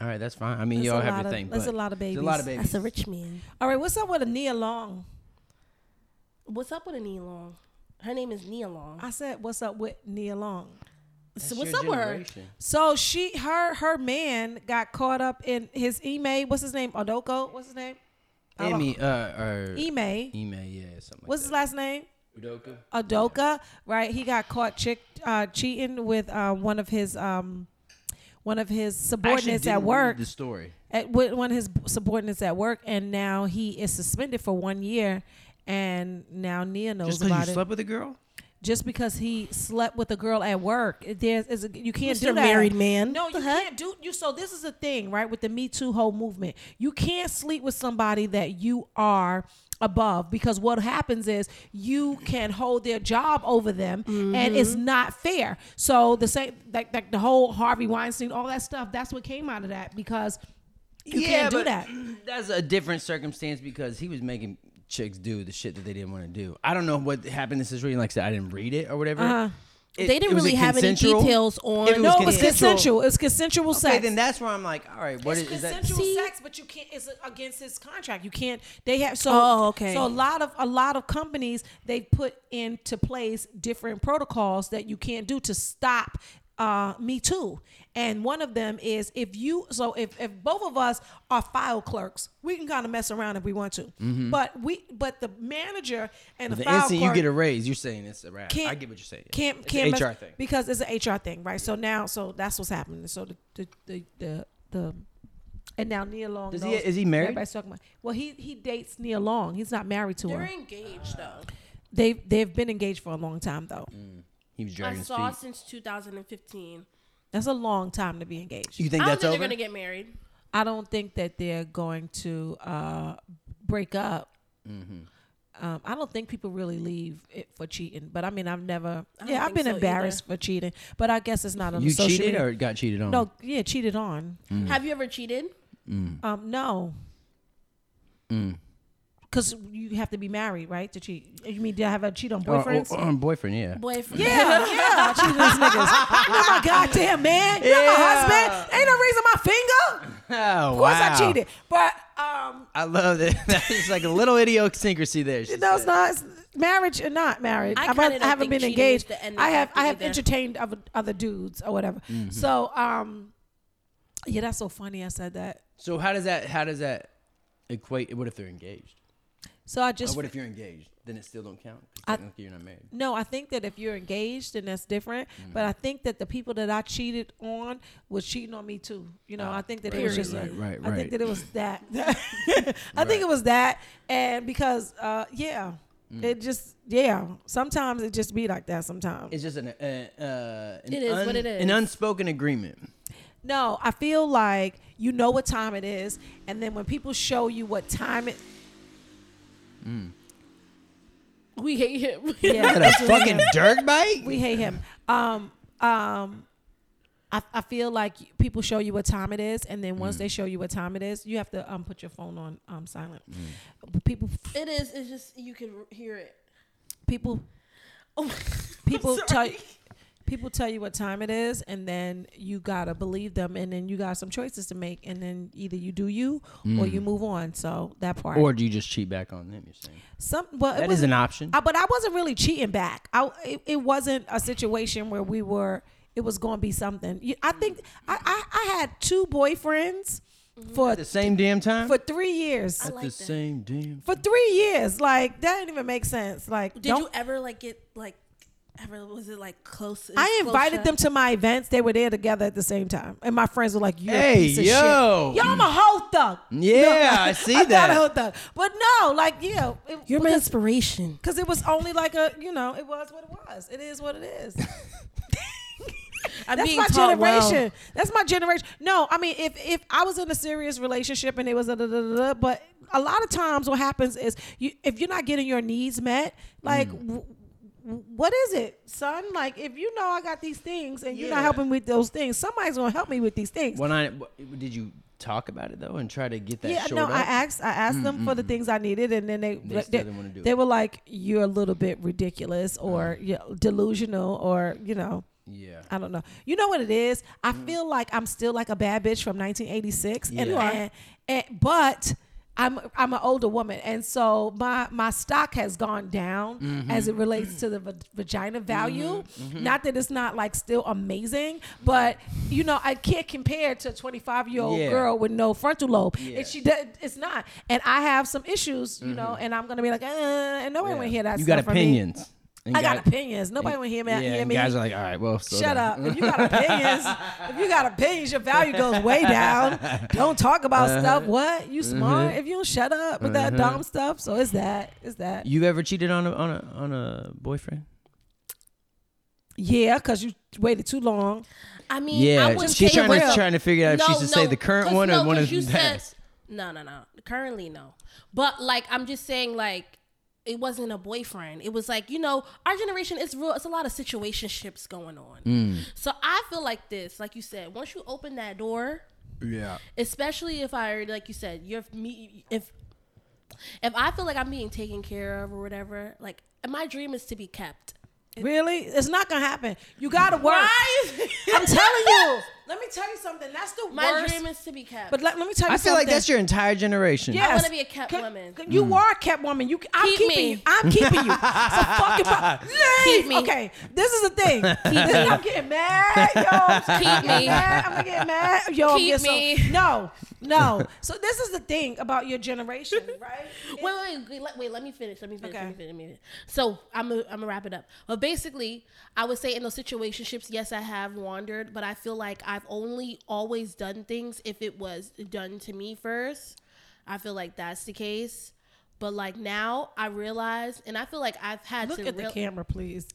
Speaker 3: All right, that's fine. I mean,
Speaker 1: That's
Speaker 3: y'all
Speaker 1: a
Speaker 3: have
Speaker 1: lot
Speaker 3: your
Speaker 1: of-
Speaker 3: thing.
Speaker 1: that's
Speaker 3: but
Speaker 1: a lot of
Speaker 3: there's A lot of
Speaker 1: babies.
Speaker 3: babies.
Speaker 2: That's a rich man.
Speaker 1: All right, what's up with Ania Long?
Speaker 2: What's up with Nia Long? Her name is Nia Long.
Speaker 1: I said, what's up with Nia Long?
Speaker 2: so what's up with her?
Speaker 1: So she, her, her man got caught up in his email. What's his name? Odoko. What's his name?
Speaker 3: Emmy, uh, or
Speaker 1: Email.
Speaker 3: Ime, yeah, something
Speaker 1: What's his last name?
Speaker 3: like that.
Speaker 1: Adoka, right? He got caught chick uh, cheating with uh, one of his um, one of his subordinates at work.
Speaker 3: The story.
Speaker 1: At, with one of his subordinates at work, and now he is suspended for one year. And now Nia knows
Speaker 3: Just
Speaker 1: about
Speaker 3: because you
Speaker 1: it.
Speaker 3: slept with a girl?
Speaker 1: Just because he slept with a girl at work, it- there's is a, you can't
Speaker 2: Mr.
Speaker 1: do that.
Speaker 2: Married Man.
Speaker 1: No,
Speaker 2: What the
Speaker 1: you
Speaker 2: heck?
Speaker 1: can't do you. So this is the thing, right? With the Me Too whole movement, you can't sleep with somebody that you are above because what happens is you can hold their job over them, and it's
Speaker 2: Mm-hmm.
Speaker 1: not fair. So the same, like, like the whole Harvey Weinstein, all that stuff. That's what came out of that because you can't do that.
Speaker 3: That's a different circumstance because he was making chicks do the shit that they didn't want to do. I don't know what happened in this situation. Like I said, I didn't read it or whatever.
Speaker 1: Uh-huh.
Speaker 3: It-
Speaker 2: They didn't
Speaker 3: it was
Speaker 2: really
Speaker 3: a
Speaker 2: have any
Speaker 3: consensual-
Speaker 2: details on-
Speaker 3: If it
Speaker 1: No,
Speaker 3: was
Speaker 1: it was
Speaker 3: consensual.
Speaker 1: consensual. It was consensual
Speaker 3: Okay,
Speaker 1: sex.
Speaker 3: then that's where I'm like, all right, what is,
Speaker 1: it's
Speaker 3: is that?
Speaker 1: consensual
Speaker 2: See?
Speaker 1: sex, but you can't. It's against his contract. You can't. They have so.
Speaker 2: Oh, okay.
Speaker 1: So a lot of a lot of companies they put into place different protocols that you can't do to stop. Uh, me too. And one of them is if you so if if both of us are file clerks, we can kind of mess around if we want to. But we but the manager and the,
Speaker 3: Mm-hmm. The
Speaker 1: file
Speaker 3: instant you
Speaker 1: clerk
Speaker 3: get a raise, you're saying it's a wrap. I get what you're saying.
Speaker 1: Can't
Speaker 3: It's
Speaker 1: can't
Speaker 3: an HR
Speaker 1: mess-
Speaker 3: thing.
Speaker 1: because it's an HR thing, right? So now, so that's what's happening. So the the the the, the and now Nia Long.
Speaker 3: Does he-
Speaker 1: knows-
Speaker 3: is he married?
Speaker 1: Everybody's talking about. Well, he he dates Nia Long. He's not married to
Speaker 2: They're
Speaker 1: her.
Speaker 2: engaged though.
Speaker 1: They they've been engaged for a long time though.
Speaker 3: Mm. He was
Speaker 2: I
Speaker 3: dragging his
Speaker 2: saw
Speaker 3: feet.
Speaker 2: since 2015.
Speaker 1: That's a long time to be engaged.
Speaker 3: You
Speaker 2: I
Speaker 3: think
Speaker 2: don't
Speaker 3: that's
Speaker 2: think
Speaker 3: over?
Speaker 2: they're gonna get married.
Speaker 1: I don't think that they're going to uh, break up.
Speaker 3: Mm-hmm.
Speaker 1: Um, I don't think people really leave it for cheating, but I mean, I've never.
Speaker 2: don't
Speaker 1: Yeah, I've
Speaker 2: think
Speaker 1: been
Speaker 2: so either.
Speaker 1: embarrassed for cheating, but I guess it's not on the
Speaker 3: You
Speaker 1: social
Speaker 3: cheated
Speaker 1: media.
Speaker 3: or got cheated on?
Speaker 1: no, yeah, cheated on.
Speaker 3: Mm.
Speaker 2: Have you ever cheated?
Speaker 1: Um, no. Because you have to be married, right, to cheat. You mean did I have a cheat on
Speaker 3: Or- or-
Speaker 1: boyfriends?
Speaker 3: or on Oh, boyfriend, yeah.
Speaker 2: Boyfriend.
Speaker 1: Yeah, yeah, I cheated on these niggas. Not my goddamn man. Not my husband. Ain't no reason my finger.
Speaker 3: Oh,
Speaker 1: Of course I cheated, but um,
Speaker 3: I love that. That's like a little idiosyncrasy there. She
Speaker 1: no, it's
Speaker 3: said.
Speaker 1: not it's marriage or not marriage.
Speaker 2: I
Speaker 1: I've-
Speaker 2: kinda don't
Speaker 1: I haven't
Speaker 2: think
Speaker 1: been
Speaker 2: cheating
Speaker 1: engaged.
Speaker 2: is the end
Speaker 1: I have
Speaker 2: effect
Speaker 1: I have
Speaker 2: either.
Speaker 1: entertained other, other dudes or whatever. So um, yeah, that's so funny. I said that.
Speaker 3: So how does that? How does that equate? What if they're engaged?
Speaker 1: So I just
Speaker 3: Or what if you're engaged? Then it still don't count. 'cause
Speaker 1: I-
Speaker 3: technically, you're not married.
Speaker 1: No, I think that if you're engaged, then that's different.
Speaker 3: Mm-hmm.
Speaker 1: But I think that the people that I cheated on was cheating on me too. You know, I think that it was
Speaker 3: Ah, right,
Speaker 1: just.
Speaker 3: right, right,
Speaker 1: I
Speaker 3: right.
Speaker 1: think that it was that. I think it was that, and because uh, yeah,
Speaker 3: Mm.
Speaker 1: it just yeah. Sometimes it just be like that. Sometimes
Speaker 3: It's just an uh, uh, an
Speaker 2: It is what it
Speaker 3: an
Speaker 2: is.
Speaker 3: unspoken agreement.
Speaker 1: no, I feel like you know what time it is, and then when people show you what time it,
Speaker 2: We hate him.
Speaker 1: yeah,
Speaker 3: Had a fucking dirt bike.
Speaker 1: we hate him. Um, um, I, I feel like people show you what time it is, and then
Speaker 3: Mm.
Speaker 1: once they show you what time it is, you have to um put your phone on um silent.
Speaker 3: Mm.
Speaker 1: People,
Speaker 2: it is. It's just you can hear it.
Speaker 1: people,
Speaker 2: Oh,
Speaker 1: people
Speaker 2: I'm
Speaker 1: tell
Speaker 2: sorry.
Speaker 1: you. People tell you what time it is, and then you gotta believe them, and then you got some choices to make, and then either you do you or you move on. So that part,
Speaker 3: Mm. Or do you just cheat back on them? You're saying
Speaker 1: some well, it
Speaker 3: that
Speaker 1: was
Speaker 3: is an option.
Speaker 1: I, but I wasn't really cheating back. I it, it wasn't a situation where we were. It was going to be something. You- I think I, I, I had two boyfriends for
Speaker 3: At the same damn time.
Speaker 1: for three years.
Speaker 3: At
Speaker 2: like
Speaker 3: the
Speaker 2: that.
Speaker 3: same damn.
Speaker 1: For three years, like that didn't even make sense. Like,
Speaker 2: Did
Speaker 1: don't,
Speaker 2: you ever like get like ever was it like close?
Speaker 1: I
Speaker 2: close
Speaker 1: invited
Speaker 2: shot?
Speaker 1: them to my events. They were there together at the same time, and my friends were like, "You
Speaker 3: Hey,
Speaker 1: piece of
Speaker 3: yo.
Speaker 1: shit. yo, I'm a whole thug."
Speaker 3: Yeah, I see
Speaker 1: I'm
Speaker 3: that.
Speaker 1: Not a whole thug, but no, like, yeah, it,
Speaker 2: You're my
Speaker 1: because,
Speaker 2: inspiration.
Speaker 1: because it was only like a, you know, it was what it was. It is what it is.
Speaker 2: I'm
Speaker 1: That's
Speaker 2: being
Speaker 1: my
Speaker 2: taught well.
Speaker 1: generation. That's my generation. No, I mean, if if I was in a serious relationship and it was a da, da, da, da, but a lot of times what happens is you if you're not getting your needs met, like. W- w- what is it, son? Like, if you know I got these things and you're not
Speaker 3: Yeah.
Speaker 1: helping with those things, somebody's gonna help me with these things.
Speaker 3: When I w- did you talk about it though and try to get that
Speaker 1: yeah,
Speaker 3: short
Speaker 1: no,
Speaker 3: up? Mm,
Speaker 1: I asked, I asked them for the things I needed, and then they
Speaker 3: They
Speaker 1: they,
Speaker 3: still didn't wanna do
Speaker 1: they
Speaker 3: it. Uh-huh.
Speaker 1: were like, "You're a little bit ridiculous, or you know, delusional, or you know."
Speaker 3: yeah.
Speaker 1: I don't know. You know what it is? I
Speaker 3: Mm.
Speaker 1: feel like I'm still like a bad bitch from 1986, and,
Speaker 3: You are.
Speaker 1: and, and- but I'm I'm an older woman, and so my my stock has gone down
Speaker 3: Mm-hmm.
Speaker 1: as it relates to the va- vagina value. Not that it's not like still amazing, but you know I can't compare to a 25 year old
Speaker 3: Yeah.
Speaker 1: girl with no frontal lobe.
Speaker 3: Yeah. Mm-hmm.
Speaker 1: And she does, it's not, and I have some issues, you know, and I'm gonna be like, uh, and nobody
Speaker 3: Yeah.
Speaker 1: want to hear that.
Speaker 3: You
Speaker 1: stuff
Speaker 3: got
Speaker 1: from me.
Speaker 3: opinions. And
Speaker 1: I got,
Speaker 3: got-
Speaker 1: opinions. Nobody want to hear me.
Speaker 3: Yeah,
Speaker 1: hear
Speaker 3: and
Speaker 1: me.
Speaker 3: guys are like, all right, well, slow
Speaker 1: Shut
Speaker 3: down."
Speaker 1: up. If you got opinions, if you got opinions, your value goes way down. Don't talk about
Speaker 3: Uh-huh.
Speaker 1: stuff. What? You
Speaker 3: Mm-hmm.
Speaker 1: smart if you don't shut up with that dumb stuff. So it's that. It's that.
Speaker 3: You ever cheated on a on a on a boyfriend?
Speaker 1: Yeah, because you waited too long.
Speaker 2: I mean, I
Speaker 3: Yeah,
Speaker 2: wouldn't
Speaker 3: she's
Speaker 2: say
Speaker 3: trying to
Speaker 2: real.
Speaker 3: trying to figure out if she should say the current
Speaker 2: 'cause
Speaker 3: one
Speaker 2: no,
Speaker 3: or one
Speaker 2: 'cause
Speaker 3: of the
Speaker 2: you said-
Speaker 3: past.
Speaker 2: No, no, no. Currently, no. But like, I'm just saying, like, it wasn't a boyfriend. It was like, you know, our generation is real. It's a lot of situationships going on.
Speaker 3: Mm.
Speaker 2: So I feel like this, like you said, once you open that door,
Speaker 3: Yeah.
Speaker 2: especially if I, like you said, you're me. If if I feel like I'm being taken care of or whatever, like, and my dream is to be kept.
Speaker 1: really? It's not gonna happen. You gotta work.
Speaker 2: Why?
Speaker 1: I'm telling you. Let me tell you something. That's the
Speaker 2: My
Speaker 1: worst.
Speaker 2: dream is to be kept.
Speaker 1: but let, let me tell you
Speaker 3: I feel like
Speaker 1: something.
Speaker 3: that's your entire generation.
Speaker 1: Yes.
Speaker 2: wanna be a kept
Speaker 1: Can-
Speaker 2: woman.
Speaker 1: can-
Speaker 3: Mm.
Speaker 1: You are a kept woman. You, I'm
Speaker 2: Keep
Speaker 1: keeping
Speaker 2: me.
Speaker 1: you. I'm keeping you. So fucking pro-
Speaker 2: Keep me.
Speaker 1: Okay, this is the thing. This- I'm getting mad, yo. I'm
Speaker 2: Keep
Speaker 1: getting
Speaker 2: me.
Speaker 1: Mad. I'm getting mad, yo. I'm
Speaker 2: Keep
Speaker 1: getting so-
Speaker 2: me.
Speaker 1: no, no. So this is the thing about your generation, right?
Speaker 2: wait, wait, wait, wait, let, wait, let me finish. Let me finish.
Speaker 1: Okay.
Speaker 2: Let me finish. Let me finish. So I'm gonna I'm wrap it up. But basically, I would say in those situationships, yes, I have wandered, but I feel like I've only always done things if it was done to me first. I feel like that's the case. But like now, I realize, and I feel like I've had
Speaker 1: Look
Speaker 2: to
Speaker 1: at the
Speaker 2: real-
Speaker 1: camera, please.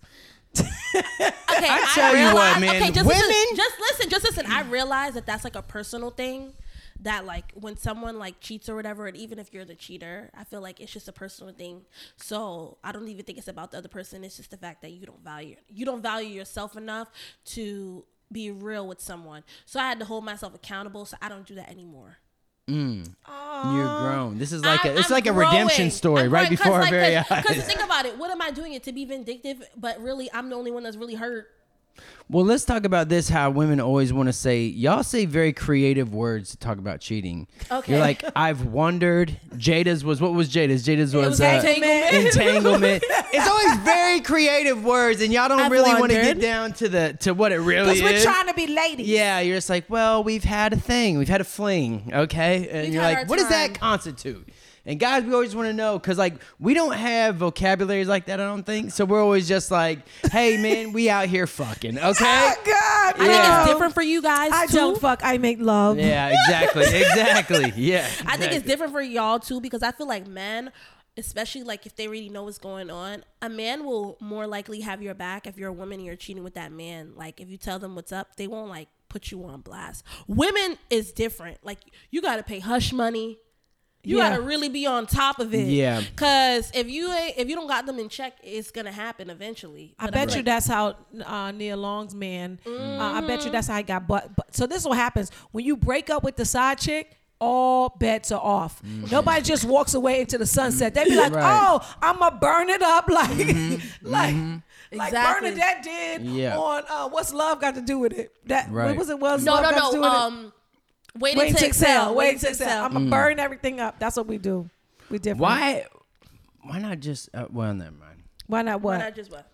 Speaker 2: Okay, I
Speaker 3: tell you what,
Speaker 2: realize-
Speaker 3: man,
Speaker 2: just
Speaker 3: women-
Speaker 2: listen, just listen, just listen. I realize that that's like a personal thing. That like when someone like cheats or whatever, and even if you're the cheater, I feel like it's just a personal thing. So I don't even think it's about the other person. It's just the fact that you don't value you don't value yourself enough to be real with someone. So I had to hold myself accountable. So I don't do that anymore.
Speaker 3: You're grown. This is like
Speaker 2: I'm-
Speaker 3: a it's
Speaker 2: I'm
Speaker 3: like a
Speaker 2: growing.
Speaker 3: redemption story
Speaker 2: I'm
Speaker 3: right
Speaker 2: growing 'cause,
Speaker 3: before
Speaker 2: like,
Speaker 3: our very
Speaker 2: 'cause- Cause
Speaker 3: eyes.
Speaker 2: think about it, what am I doing it to be vindictive? But really, I'm the only one that's really hurt.
Speaker 3: Well, let's talk about this. How women always want to say y'all say very creative words to talk about cheating.
Speaker 2: Okay.
Speaker 3: You're like I've wondered. Jada's was what was Jada's? Jada's was,
Speaker 2: was
Speaker 3: uh,
Speaker 2: entanglement.
Speaker 3: entanglement. it's always very creative words, and y'all don't
Speaker 2: I've
Speaker 3: really want to get
Speaker 2: wondered.
Speaker 3: down to the to what it really
Speaker 1: Because
Speaker 3: is.
Speaker 1: we're trying to be ladies.
Speaker 3: Oh, yeah, you're just like, well, we've had a thing, we've had a fling, okay, and
Speaker 2: We've
Speaker 3: you're
Speaker 2: had
Speaker 3: like,
Speaker 2: our
Speaker 3: what does that
Speaker 2: time.
Speaker 3: constitute? And guys, we always want to know because like we don't have vocabularies like that. I don't think so. We're always just like, hey man, we out here fucking. Okay.
Speaker 1: Oh, God,
Speaker 2: I think
Speaker 3: Yeah.
Speaker 2: it's different for you guys
Speaker 1: I
Speaker 2: too.
Speaker 1: don't fuck. I make love.
Speaker 3: Yeah. Exactly. Exactly. Yeah.
Speaker 2: I think
Speaker 3: exactly.
Speaker 2: it's different for y'all too because I feel like men, especially like if they really know what's going on, a man will more likely have your back if you're a woman and you're cheating with that man. Like if you tell them what's up, they won't like put you on blast. Women is different. Like you got to pay hush money. You
Speaker 1: Yeah.
Speaker 2: gotta really be on top of it,
Speaker 3: Yeah.
Speaker 2: Cause if you ain't, if you don't got them in check, it's gonna happen eventually.
Speaker 1: I
Speaker 2: But
Speaker 1: bet
Speaker 2: I'm
Speaker 1: you
Speaker 2: like,
Speaker 1: that's how uh, Neil Long's man. Uh, I bet you that's how he got butt. But so this is what happens when you break up with the side chick. All bets are off. Nobody just walks away into the sunset. They be like,
Speaker 3: Mm. Mm-hmm. Right. Mm-hmm.
Speaker 1: "Oh, I'ma burn it up like, like, like
Speaker 2: Exactly.
Speaker 1: Bernadette did
Speaker 3: Yeah.
Speaker 1: on uh, what's love got to do with it? That
Speaker 3: Right.
Speaker 1: what was it? Was
Speaker 2: no,
Speaker 1: love
Speaker 2: no,
Speaker 1: got to do
Speaker 2: no.
Speaker 1: with it?
Speaker 2: Um, waiting,
Speaker 1: Waiting
Speaker 2: to, excel,
Speaker 1: Waiting to excel. I'ma burn everything up. That's what we do. We different.
Speaker 3: Mm-hmm. Why? Why not just? Uh, well, never mind.
Speaker 1: Why not what?
Speaker 2: Why not just what?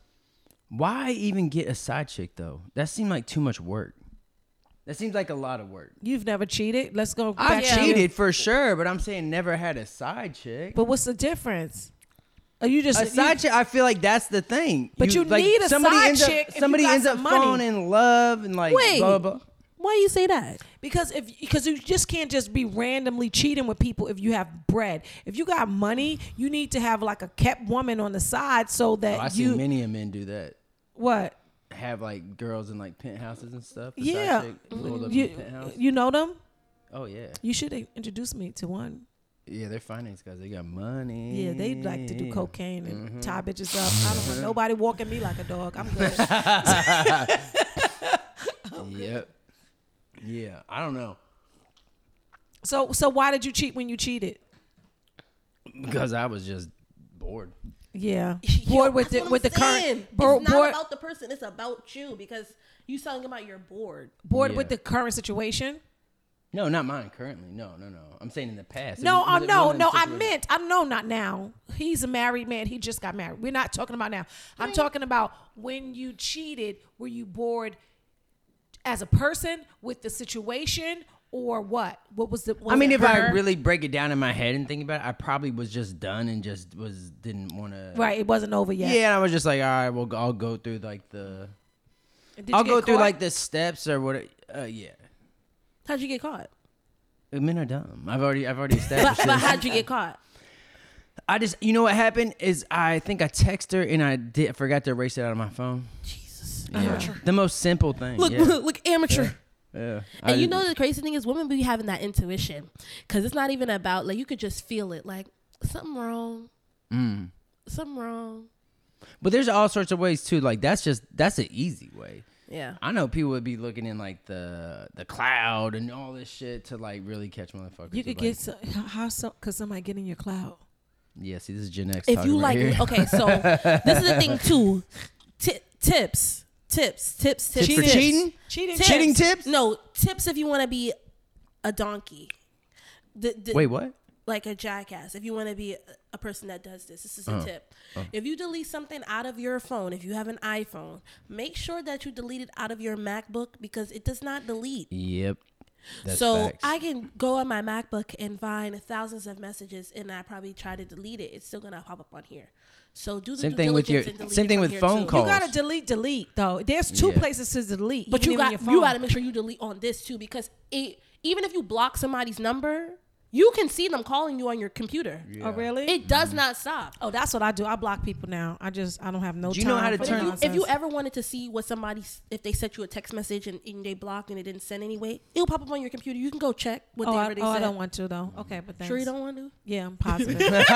Speaker 3: Why even get a side chick though? That seemed like too much work. That seems like a lot of work.
Speaker 1: You've never cheated. Let's go.
Speaker 3: I
Speaker 1: back to you.
Speaker 3: cheated for sure, but I'm saying never had a side chick.
Speaker 1: But what's the difference? Are you just
Speaker 3: a side chick, I feel like that's the thing.
Speaker 1: But you need a side
Speaker 3: ends
Speaker 1: chick if
Speaker 3: Up,
Speaker 1: you
Speaker 3: somebody
Speaker 1: got
Speaker 3: ends up
Speaker 1: some money.
Speaker 3: falling in love and like
Speaker 2: Wait.
Speaker 3: blah blah. blah.
Speaker 2: Why you say that?
Speaker 1: because if because you just can't just be randomly cheating with people if you have bread. If you got money, you need to have like a kept woman on the side so that
Speaker 3: Oh, I see
Speaker 1: you
Speaker 3: many of men do that.
Speaker 1: what
Speaker 3: Have like girls in like penthouses and stuff. the side
Speaker 1: yeah
Speaker 3: chick rolled up in
Speaker 1: you
Speaker 3: the penthouse.
Speaker 1: you know them.
Speaker 3: oh yeah,
Speaker 1: You should introduce me to one.
Speaker 3: yeah. They're finance guys. They got money.
Speaker 1: Yeah, they like to do cocaine and
Speaker 3: Mm-hmm.
Speaker 1: tie bitches up. I don't want nobody walking me like a dog. I'm good.
Speaker 3: Yep. Yeah, I don't know
Speaker 1: so so why did you cheat when you cheated?
Speaker 3: because I was just bored.
Speaker 1: Yeah,
Speaker 2: Yo,
Speaker 1: bored with
Speaker 2: that's
Speaker 1: the with
Speaker 2: what I'm
Speaker 1: the
Speaker 2: saying.
Speaker 1: current
Speaker 2: It's
Speaker 1: bored
Speaker 2: not
Speaker 1: bored,
Speaker 2: about the person. It's about you because you talking about you're bored.
Speaker 1: bored
Speaker 3: Yeah.
Speaker 1: with the current situation.
Speaker 3: No, not mine currently. No, no, no. I'm saying in the past. It
Speaker 1: No,
Speaker 3: was-
Speaker 1: uh,
Speaker 3: was it
Speaker 1: no,
Speaker 3: one
Speaker 1: no. I
Speaker 3: particular-
Speaker 1: meant, I know not now. He's a married man. He just got married. We're not talking about now. I'm talking about when you cheated. Were you bored as a person with the situation, or what? What was the?
Speaker 3: I mean,
Speaker 1: was
Speaker 3: if
Speaker 1: it
Speaker 3: I
Speaker 1: her?
Speaker 3: really break it down in my head and think about it, I probably was just done and just was didn't want to.
Speaker 1: right, it wasn't over yet.
Speaker 3: Yeah, and I was just like, all right, well, I'll go through like the,
Speaker 1: Did you
Speaker 3: I'll
Speaker 1: get
Speaker 3: go through
Speaker 1: caught?
Speaker 3: like the steps or what. Uh, yeah,
Speaker 2: How'd you get caught?
Speaker 3: men are dumb. I've already, I've already
Speaker 2: But,
Speaker 3: established.
Speaker 2: but
Speaker 3: this.
Speaker 2: how'd you get caught?
Speaker 3: I just, you know what happened is I think I text her and I did I forgot to erase it out of my phone.
Speaker 2: Jesus,
Speaker 3: Yeah. The most simple thing.
Speaker 2: Look,
Speaker 3: yeah.
Speaker 2: look, look, amateur.
Speaker 3: yeah. I
Speaker 2: And you
Speaker 3: didn't-
Speaker 2: know the crazy thing is, women be having that intuition because it's not even about like you could just feel it. Like something wrong.
Speaker 3: Mm.
Speaker 2: Something wrong.
Speaker 3: but there's all sorts of ways too. Like that's just that's an easy way.
Speaker 2: Yeah.
Speaker 3: I know people would be looking in like the the cloud and all this shit to like really catch motherfuckers.
Speaker 1: you could
Speaker 3: Like,
Speaker 1: get some, how so because somebody get in your cloud.
Speaker 3: yeah. See, this is Gen X.
Speaker 2: if
Speaker 3: talking
Speaker 2: you
Speaker 3: right
Speaker 2: like
Speaker 3: here.
Speaker 2: okay so this is the thing too Ti tips tips tips tips
Speaker 3: for cheating?
Speaker 1: cheating,
Speaker 2: Tips.
Speaker 3: Cheating tips?
Speaker 2: no tips if you want to be a donkey the, the,
Speaker 3: Wait, what?
Speaker 2: like a jackass if you want to be a- a person that does this this is
Speaker 3: Uh-huh.
Speaker 2: a tip if you delete something out of your phone if you have an iphone make sure that you delete it out of your macbook because it does not delete
Speaker 3: Yep. That's
Speaker 2: so
Speaker 3: facts.
Speaker 2: I can go on my MacBook and find thousands of messages, and I probably try to delete it. It's still gonna pop up on here. So do the
Speaker 3: Same
Speaker 2: due
Speaker 3: thing with
Speaker 2: diligence
Speaker 3: your-
Speaker 2: and delete
Speaker 3: same
Speaker 2: it
Speaker 3: thing
Speaker 2: from
Speaker 3: with
Speaker 2: here,
Speaker 3: phone
Speaker 2: too.
Speaker 3: calls.
Speaker 1: You gotta delete, delete though. There's two
Speaker 3: Yeah.
Speaker 1: places to delete,
Speaker 2: But
Speaker 1: even
Speaker 2: you
Speaker 1: in your
Speaker 2: got
Speaker 1: phone.
Speaker 2: you got to make sure you delete on this too, because it even if you block somebody's number, you can see them calling you on your computer.
Speaker 1: Oh really?
Speaker 2: It does
Speaker 3: Mm-hmm.
Speaker 2: not stop.
Speaker 1: Oh, that's what I do. I block people now. I just I don't have no.
Speaker 3: Do you know
Speaker 1: time
Speaker 3: how
Speaker 1: for
Speaker 3: to
Speaker 2: But if
Speaker 3: turn-
Speaker 2: you,
Speaker 1: nonsense.
Speaker 2: if you ever wanted to see what somebody, s- if they sent you a text message and, and they blocked and it didn't send anyway, it'll pop up on your computer. You can go check what
Speaker 1: oh,
Speaker 2: they
Speaker 1: I,
Speaker 2: already
Speaker 1: oh, I
Speaker 2: said.
Speaker 1: don't want to though. Okay, but thanks.
Speaker 2: sure, you don't want to.
Speaker 1: Yeah, I'm positive.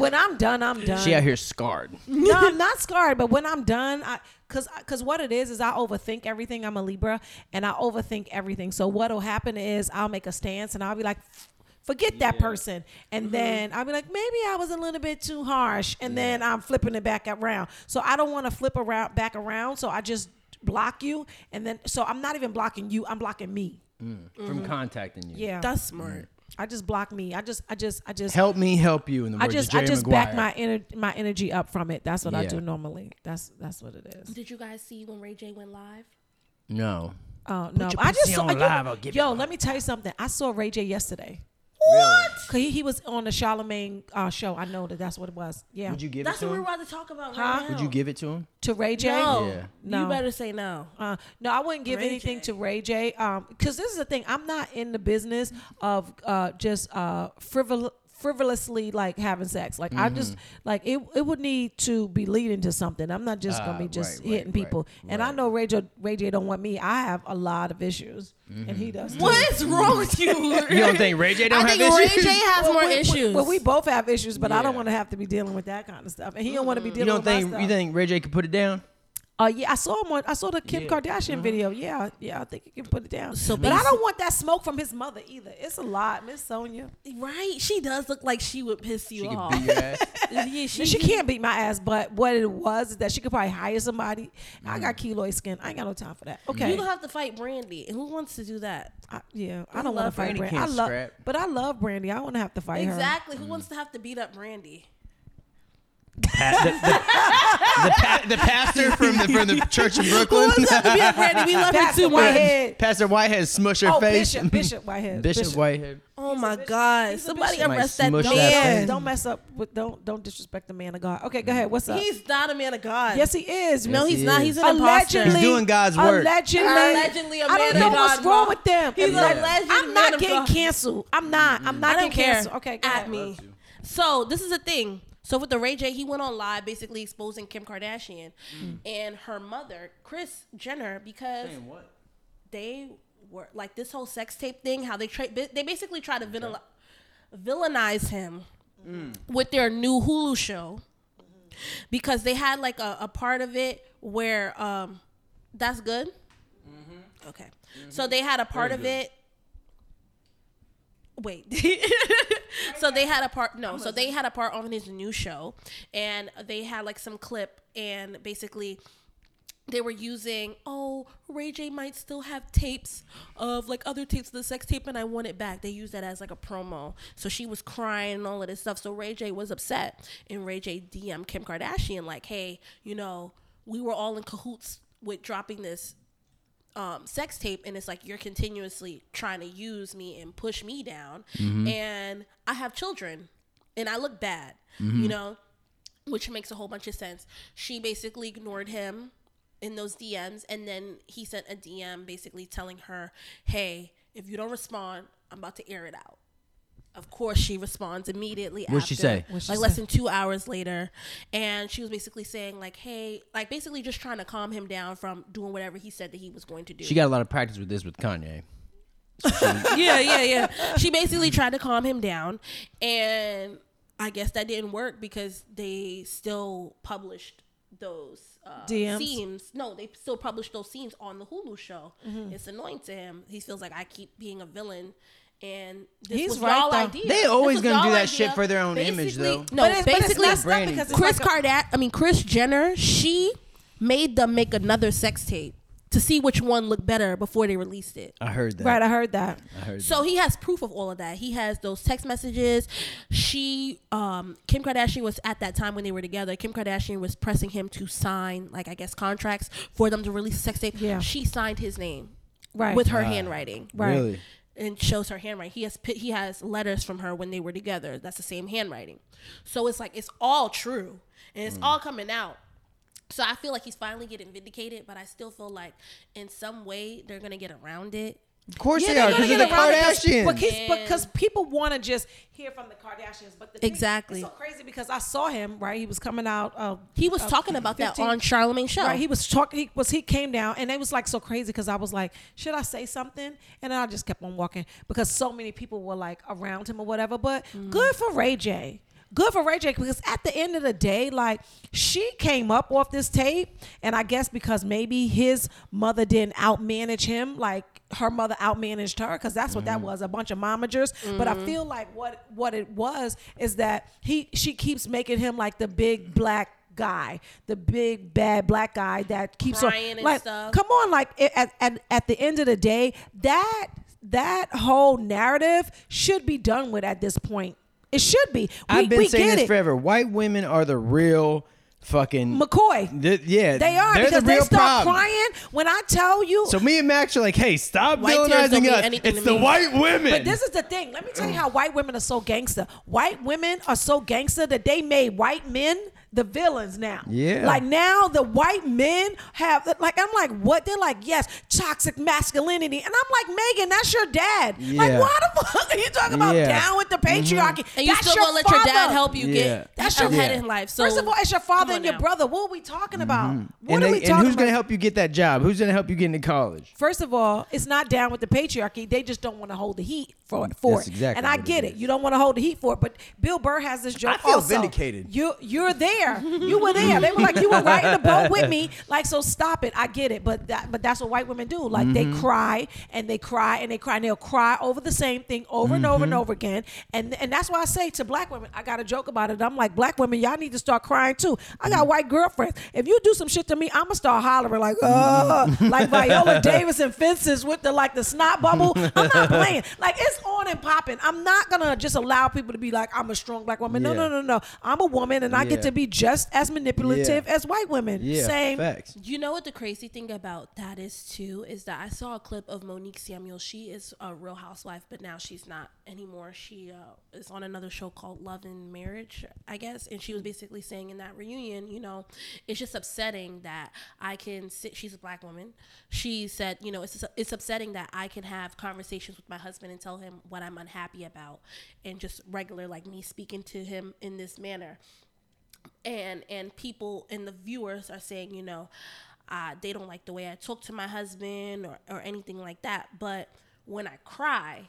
Speaker 1: when I'm done, I'm done.
Speaker 3: she out here scarred.
Speaker 1: no, I'm not scarred, but when I'm done, I cause cause what it is is I overthink everything. I'm a Libra and I overthink everything. So what'll happen is I'll make a stance and I'll be like forget that person and then i'll be like maybe i was a little bit too harsh and then i'm flipping it back around so i don't want to flip around back around so i just block you and then so i'm not even blocking you i'm blocking me
Speaker 3: From contacting you.
Speaker 1: yeah
Speaker 2: That's smart.
Speaker 1: i just block me i just i just i just
Speaker 3: Help me help you in the
Speaker 1: I
Speaker 3: words
Speaker 1: just
Speaker 3: of
Speaker 1: I
Speaker 3: Jerry
Speaker 1: just
Speaker 3: Maguire.
Speaker 1: back my ener- my energy up from it. That's what I
Speaker 3: Yeah.
Speaker 1: do normally. That's that's what it is.
Speaker 2: Did you guys see when Ray J went live?
Speaker 3: No.
Speaker 1: Oh no,
Speaker 3: your
Speaker 1: Uh, I just
Speaker 3: pussy
Speaker 1: saw
Speaker 3: on
Speaker 1: you-
Speaker 3: live, I'll give
Speaker 1: yo.
Speaker 3: you-
Speaker 1: Let me tell you something. I saw Ray J yesterday.
Speaker 2: What?
Speaker 1: Cause he, he was on the Charlemagne uh, show. I know that that's what it was. Yeah.
Speaker 3: Would you give
Speaker 2: That's
Speaker 3: it to
Speaker 2: what we're
Speaker 3: him?
Speaker 2: about to talk about
Speaker 1: Huh?
Speaker 2: right now.
Speaker 3: Would you give it to him?
Speaker 1: to Ray J.
Speaker 2: No.
Speaker 3: Yeah.
Speaker 1: No.
Speaker 2: You better say no.
Speaker 1: Uh, no, I wouldn't give
Speaker 2: Ray
Speaker 1: anything
Speaker 2: J.
Speaker 1: to Ray J. Um, cause this is the thing. I'm not in the business of uh just uh frivol frivolously like having sex. Like I just
Speaker 3: Mm-hmm.
Speaker 1: like it. It would need to be leading to something. I'm not just
Speaker 3: Ah,
Speaker 1: gonna be just
Speaker 3: right, right,
Speaker 1: hitting people.
Speaker 3: right,
Speaker 1: and I
Speaker 3: right.
Speaker 1: know Ray J. Ray J. Don't want me. I have a lot of issues, and
Speaker 3: Mm-hmm.
Speaker 1: he does. too.
Speaker 2: What is wrong with you?
Speaker 3: You don't think Ray J don't
Speaker 2: I
Speaker 3: have
Speaker 2: think Ray
Speaker 3: issues?
Speaker 2: J has more
Speaker 1: we- we-
Speaker 2: issues.
Speaker 1: Well, we both have issues, but I don't
Speaker 3: Yeah.
Speaker 1: want to have to be dealing with that kind of stuff, and he don't want to be
Speaker 3: you
Speaker 1: dealing.
Speaker 3: don't
Speaker 1: with my
Speaker 3: think you
Speaker 1: stuff.
Speaker 3: think Ray J could put it down?
Speaker 1: Uh, yeah, I saw him on. I saw the Kim
Speaker 3: Yeah.
Speaker 1: Kardashian video. Yeah, yeah, I think you can put it down.
Speaker 2: So
Speaker 1: but I
Speaker 2: basi-
Speaker 1: don't want that smoke from his mother either. It's a lot, Miss Sonia.
Speaker 2: right? She does look like she would piss you
Speaker 3: She could
Speaker 2: off.
Speaker 3: beat your ass.
Speaker 2: yeah,
Speaker 1: She, she can't beat my ass, but what it was is that she could probably hire somebody. I got keloid skin. I ain't got no time for that. Okay.
Speaker 2: You gonna have to fight Brandy, and who wants to do that?
Speaker 1: I, yeah,
Speaker 2: We
Speaker 1: I don't want to
Speaker 2: love
Speaker 1: fight
Speaker 3: Brandy
Speaker 1: Brandy. I
Speaker 3: can't
Speaker 1: love,
Speaker 3: scrap.
Speaker 1: but I love Brandy. I want to have to fight her.
Speaker 2: Exactly.
Speaker 3: Mm.
Speaker 2: Who wants to have to beat up Brandy?
Speaker 3: Pat- the, the- the pa- the pastor from the from the church in Brooklyn.
Speaker 1: Brandy, we love her too Whitehead.
Speaker 3: Pastor Whitehead smush her
Speaker 1: Oh,
Speaker 3: face.
Speaker 1: Bishop, Bishop Whitehead.
Speaker 3: Bishop Whitehead.
Speaker 2: Oh my God! Somebody
Speaker 3: Might
Speaker 2: arrest that
Speaker 3: smush
Speaker 2: man.
Speaker 3: that
Speaker 1: Man,
Speaker 3: thing.
Speaker 1: don't mess up with don't don't disrespect the man of God. Okay, go ahead. What's up?
Speaker 2: He's not a man of God.
Speaker 1: yes, he is.
Speaker 2: No,
Speaker 3: Yes,
Speaker 2: he's
Speaker 3: he
Speaker 2: not.
Speaker 3: is.
Speaker 2: He's an
Speaker 1: allegedly
Speaker 2: imposter.
Speaker 3: He's doing God's work.
Speaker 1: Allegedly,
Speaker 2: Allegedly a
Speaker 1: I
Speaker 2: man
Speaker 1: don't
Speaker 2: of
Speaker 1: know
Speaker 2: God,
Speaker 1: what's wrong
Speaker 2: Ma.
Speaker 1: with them.
Speaker 2: He's
Speaker 1: Yeah.
Speaker 2: alleged
Speaker 1: I'm
Speaker 2: man
Speaker 1: not
Speaker 2: of
Speaker 1: getting
Speaker 2: God.
Speaker 1: canceled. I'm not. I'm not
Speaker 2: I don't
Speaker 1: getting
Speaker 2: care.
Speaker 1: canceled. Okay, go
Speaker 2: at
Speaker 1: ahead.
Speaker 2: me. So this is the thing. So with the Ray J, he went on live basically exposing Kim Kardashian and her mother, Chris Jenner, because
Speaker 3: what?
Speaker 2: they were like this whole sex tape thing. How they try, they basically try to villain, villainize him with their new Hulu show because they had like a, a part of it where um, that's good. Okay, so they had a part of it. Wait. so they had a part no, so they had a part on his new show and they had like some clip and basically they were using oh ray j might still have tapes of like other tapes of the sex tape and i want it back they used that as like a promo so she was crying and all of this stuff so ray j was upset and ray j dm kim kardashian like hey you know we were all in cahoots with dropping this um, sex tape and it's like you're continuously trying to use me and push me down
Speaker 3: Mm-hmm.
Speaker 2: and i have children and i look bad
Speaker 3: Mm-hmm.
Speaker 2: you know which makes a whole bunch of sense she basically ignored him in those dms and then he sent a dm basically telling her hey if you don't respond i'm about to air it out of course she responds immediately
Speaker 3: What'd she
Speaker 2: after,
Speaker 3: say?
Speaker 1: What'd she
Speaker 2: like less
Speaker 1: say?
Speaker 2: than two hours later and she was basically saying like hey like basically just trying to calm him down from doing whatever he said that he was going to do
Speaker 3: She got a lot of practice with this with Kanye.
Speaker 2: yeah, yeah, yeah. She basically tried to calm him down, and I guess that didn't work because they still published those uh,
Speaker 1: DMs?
Speaker 2: scenes. No, they still published those scenes on the Hulu show.
Speaker 1: Mm-hmm.
Speaker 2: It's annoying to him. He feels like I keep being a villain. And this
Speaker 1: He's
Speaker 2: was
Speaker 1: right,
Speaker 2: y'all
Speaker 1: though.
Speaker 2: idea.
Speaker 3: They
Speaker 2: This
Speaker 3: always
Speaker 2: was
Speaker 3: gonna do
Speaker 2: y'all
Speaker 3: that shit for their own image,
Speaker 2: Basically-
Speaker 3: though.
Speaker 2: No,
Speaker 1: But it's, but it's
Speaker 2: basically,
Speaker 1: messed up
Speaker 3: Brandy.
Speaker 1: because it's
Speaker 2: Chris
Speaker 1: like a-
Speaker 2: Kardashian, I mean Chris Jenner, she made them make another sex tape to see which one looked better before they released it.
Speaker 3: I heard that.
Speaker 1: Right, I heard that.
Speaker 3: I heard
Speaker 2: So he has proof of all of that. He has those text messages. She, um, Kim Kardashian was at that time when they were together. Kim Kardashian was pressing him to sign, like I guess, contracts for them to release a sex tape.
Speaker 1: Yeah.
Speaker 2: She signed his name
Speaker 1: Right.
Speaker 2: with her handwriting
Speaker 3: that.
Speaker 1: Right.
Speaker 3: Really?
Speaker 2: and shows her handwriting. He has pi- he has letters from her when they were together. That's the same handwriting. So it's like it's all true and it's all coming out. So I feel like he's finally getting vindicated, but I still feel like in some way they're gonna get around it.
Speaker 3: Of course
Speaker 1: Yeah,
Speaker 3: they are
Speaker 1: they're gonna
Speaker 3: because they're the
Speaker 1: get around it 'cause-
Speaker 3: Kardashians.
Speaker 1: but he's-
Speaker 2: Man.
Speaker 1: Because people want to just hear from the Kardashians, but the thing-
Speaker 2: Exactly.
Speaker 1: it's so crazy because I saw him right. He was coming out uh, of
Speaker 2: He was
Speaker 1: of
Speaker 2: talking about that
Speaker 1: 15
Speaker 2: on Charlemagne show.
Speaker 1: Right, he was talking. He was he came down, and it was like so crazy because I was like, should I say something? And then I just kept on walking because so many people were like around him or whatever. But good for Ray J. Good for Ray J. Because at the end of the day, like she came up off this tape, and I guess because maybe his mother didn't outmanage him, like her mother outmanaged her, because that's what that was—a bunch of momagers. But I feel like what what it was is that he she keeps making him like the big black guy, the big bad black guy that keeps
Speaker 2: Crying and
Speaker 1: on like
Speaker 2: stuff.
Speaker 1: come on like it- at, at at the end of the day that that whole narrative should be done with at this point. It should be. We,
Speaker 3: I've been
Speaker 1: we
Speaker 3: saying
Speaker 1: get
Speaker 3: this
Speaker 1: it.
Speaker 3: forever. White women are the real fucking
Speaker 1: McCoy.
Speaker 3: Th- yeah,
Speaker 1: They are
Speaker 3: they're
Speaker 1: because
Speaker 3: the
Speaker 1: they
Speaker 3: real
Speaker 1: start
Speaker 3: problem.
Speaker 1: crying when I tell you.
Speaker 3: So me and Max are like, hey, stop
Speaker 2: White tears don't
Speaker 3: villainizing
Speaker 2: mean
Speaker 3: us.
Speaker 2: anything to
Speaker 3: It's the
Speaker 2: me.
Speaker 3: white women.
Speaker 1: but this is the thing. Let me tell
Speaker 3: Mm.
Speaker 1: you how white women are so gangster. White women are so gangster that they made white men the villains now.
Speaker 3: Yeah.
Speaker 1: Like now the white men have like I'm like what they're like yes toxic masculinity and I'm like Megan that's your dad.
Speaker 3: Yeah.
Speaker 1: Like why the fuck are you talking about
Speaker 3: Yeah. Mm-hmm.
Speaker 1: down with the patriarchy?
Speaker 2: and you
Speaker 1: That's
Speaker 2: still
Speaker 1: your
Speaker 2: won't let your dad
Speaker 1: father.
Speaker 2: help you
Speaker 3: Yeah.
Speaker 2: get
Speaker 1: That's
Speaker 2: that's
Speaker 1: your-
Speaker 2: ahead
Speaker 3: Yeah.
Speaker 2: in life. So
Speaker 1: First of all, it's your father
Speaker 2: come
Speaker 1: and
Speaker 2: on
Speaker 1: your
Speaker 2: now.
Speaker 1: brother. What are we talking about? What
Speaker 3: Mm-hmm. and,
Speaker 1: are
Speaker 3: they-
Speaker 1: we
Speaker 3: and
Speaker 1: talking
Speaker 3: who's
Speaker 1: about?
Speaker 3: gonna help you get that job? Who's gonna help you get into college?
Speaker 1: First of all, it's not down with the patriarchy. They just don't want to hold the heat for it. For
Speaker 3: That's
Speaker 1: it.
Speaker 3: exactly
Speaker 1: and I
Speaker 3: what it
Speaker 1: get it.
Speaker 3: is.
Speaker 1: You don't want to hold the heat for it. But Bill Burr has this joke.
Speaker 3: I feel
Speaker 1: also.
Speaker 3: vindicated.
Speaker 1: You you're there. You were there. They were like you were right in the boat with me. Like so, stop it. I get it. But that but that's what white women do. Like they cry and they cry and they cry and they'll cry over the same thing over and over and over again. And and that's why I say to black women, I got a joke about it. I'm like black women, y'all need to start crying too. I got white girlfriends. If you do some shit to me, I'ma start hollering like uh like Viola Davis and fences with the like the snot bubble. I'm not playing. Like it's on and popping. I'm not gonna just allow people to be like I'm a strong black woman. No
Speaker 3: Yeah.
Speaker 1: no no no. I'm a woman and I get
Speaker 3: Yeah.
Speaker 1: to be just as manipulative as white women.
Speaker 3: Yeah,
Speaker 1: Same.
Speaker 3: facts.
Speaker 2: You know what the crazy thing about that is too is that I saw a clip of Monique Samuel. She is a Real Housewife, but now she's not anymore. She uh, is on another show called Love and Marriage, I guess. And she was basically saying in that reunion, you know, it's just upsetting that I can sit. She's a black woman. She said, you know, it's it's upsetting that I can have conversations with my husband and tell him what I'm unhappy about, and just regular like me speaking to him in this manner and and people and the viewers are saying you know uh, they don't like the way i talk to my husband or, or anything like that but when i cry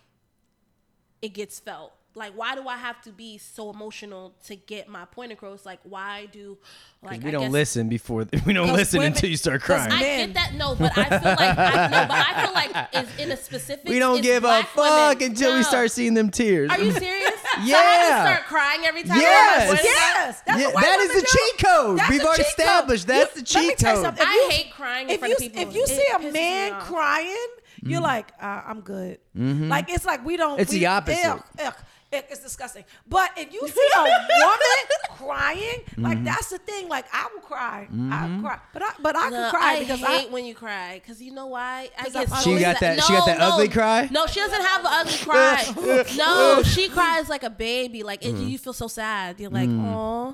Speaker 2: it gets felt like why do i have to be so emotional to get my point across like why do like
Speaker 3: We
Speaker 2: I
Speaker 3: don't
Speaker 2: guess-
Speaker 3: listen before we don't
Speaker 1: 'Cause
Speaker 3: listen
Speaker 1: women-
Speaker 3: until you start
Speaker 1: 'cause
Speaker 3: crying.
Speaker 2: I
Speaker 1: Men.
Speaker 2: get that no, but I feel like I, no, but I feel like it's in a specific.
Speaker 3: we don't
Speaker 2: it's
Speaker 3: give a
Speaker 2: black women.
Speaker 3: fuck until we
Speaker 2: No.
Speaker 3: start seeing them tears.
Speaker 2: Are you serious? So I
Speaker 3: Yeah.
Speaker 2: have to start crying every time.
Speaker 3: Yes.
Speaker 2: I'm like, what is that?
Speaker 1: Yes, that's
Speaker 3: Yeah,
Speaker 1: what white
Speaker 3: that is
Speaker 1: women
Speaker 3: the
Speaker 1: do.
Speaker 3: cheat code.
Speaker 1: That's
Speaker 3: We've
Speaker 1: the
Speaker 3: already
Speaker 1: cheat code.
Speaker 3: established that's
Speaker 1: You-
Speaker 3: the
Speaker 1: let me
Speaker 3: cheat
Speaker 1: tell you
Speaker 3: code.
Speaker 1: something. If
Speaker 2: I
Speaker 1: you-
Speaker 2: hate crying in
Speaker 1: if
Speaker 2: front
Speaker 1: you
Speaker 2: of people.
Speaker 1: if you
Speaker 2: It
Speaker 1: see a
Speaker 2: pisses me
Speaker 1: man
Speaker 2: off.
Speaker 1: crying, you're like, uh, I'm good. Like it's like we don't.
Speaker 3: Mm-hmm. It's
Speaker 1: we-
Speaker 3: the opposite.
Speaker 1: Ugh, ugh, ugh, it's disgusting. But if you see a woman crying, like
Speaker 3: Mm-hmm.
Speaker 1: that's the thing. Like I will cry. I cry, but I but I
Speaker 2: No,
Speaker 1: can cry
Speaker 2: I
Speaker 1: because I.
Speaker 2: hate when you cry because you know why? I
Speaker 1: 'Cause
Speaker 2: get
Speaker 1: I'm
Speaker 2: so
Speaker 1: She
Speaker 3: got
Speaker 2: sad.
Speaker 3: that- she got that
Speaker 2: No,
Speaker 3: ugly
Speaker 2: no.
Speaker 3: cry?
Speaker 2: No, she doesn't have an ugly cry. no, she cries like a baby. Like it,
Speaker 3: Mm.
Speaker 2: you feel so sad. You're like, oh,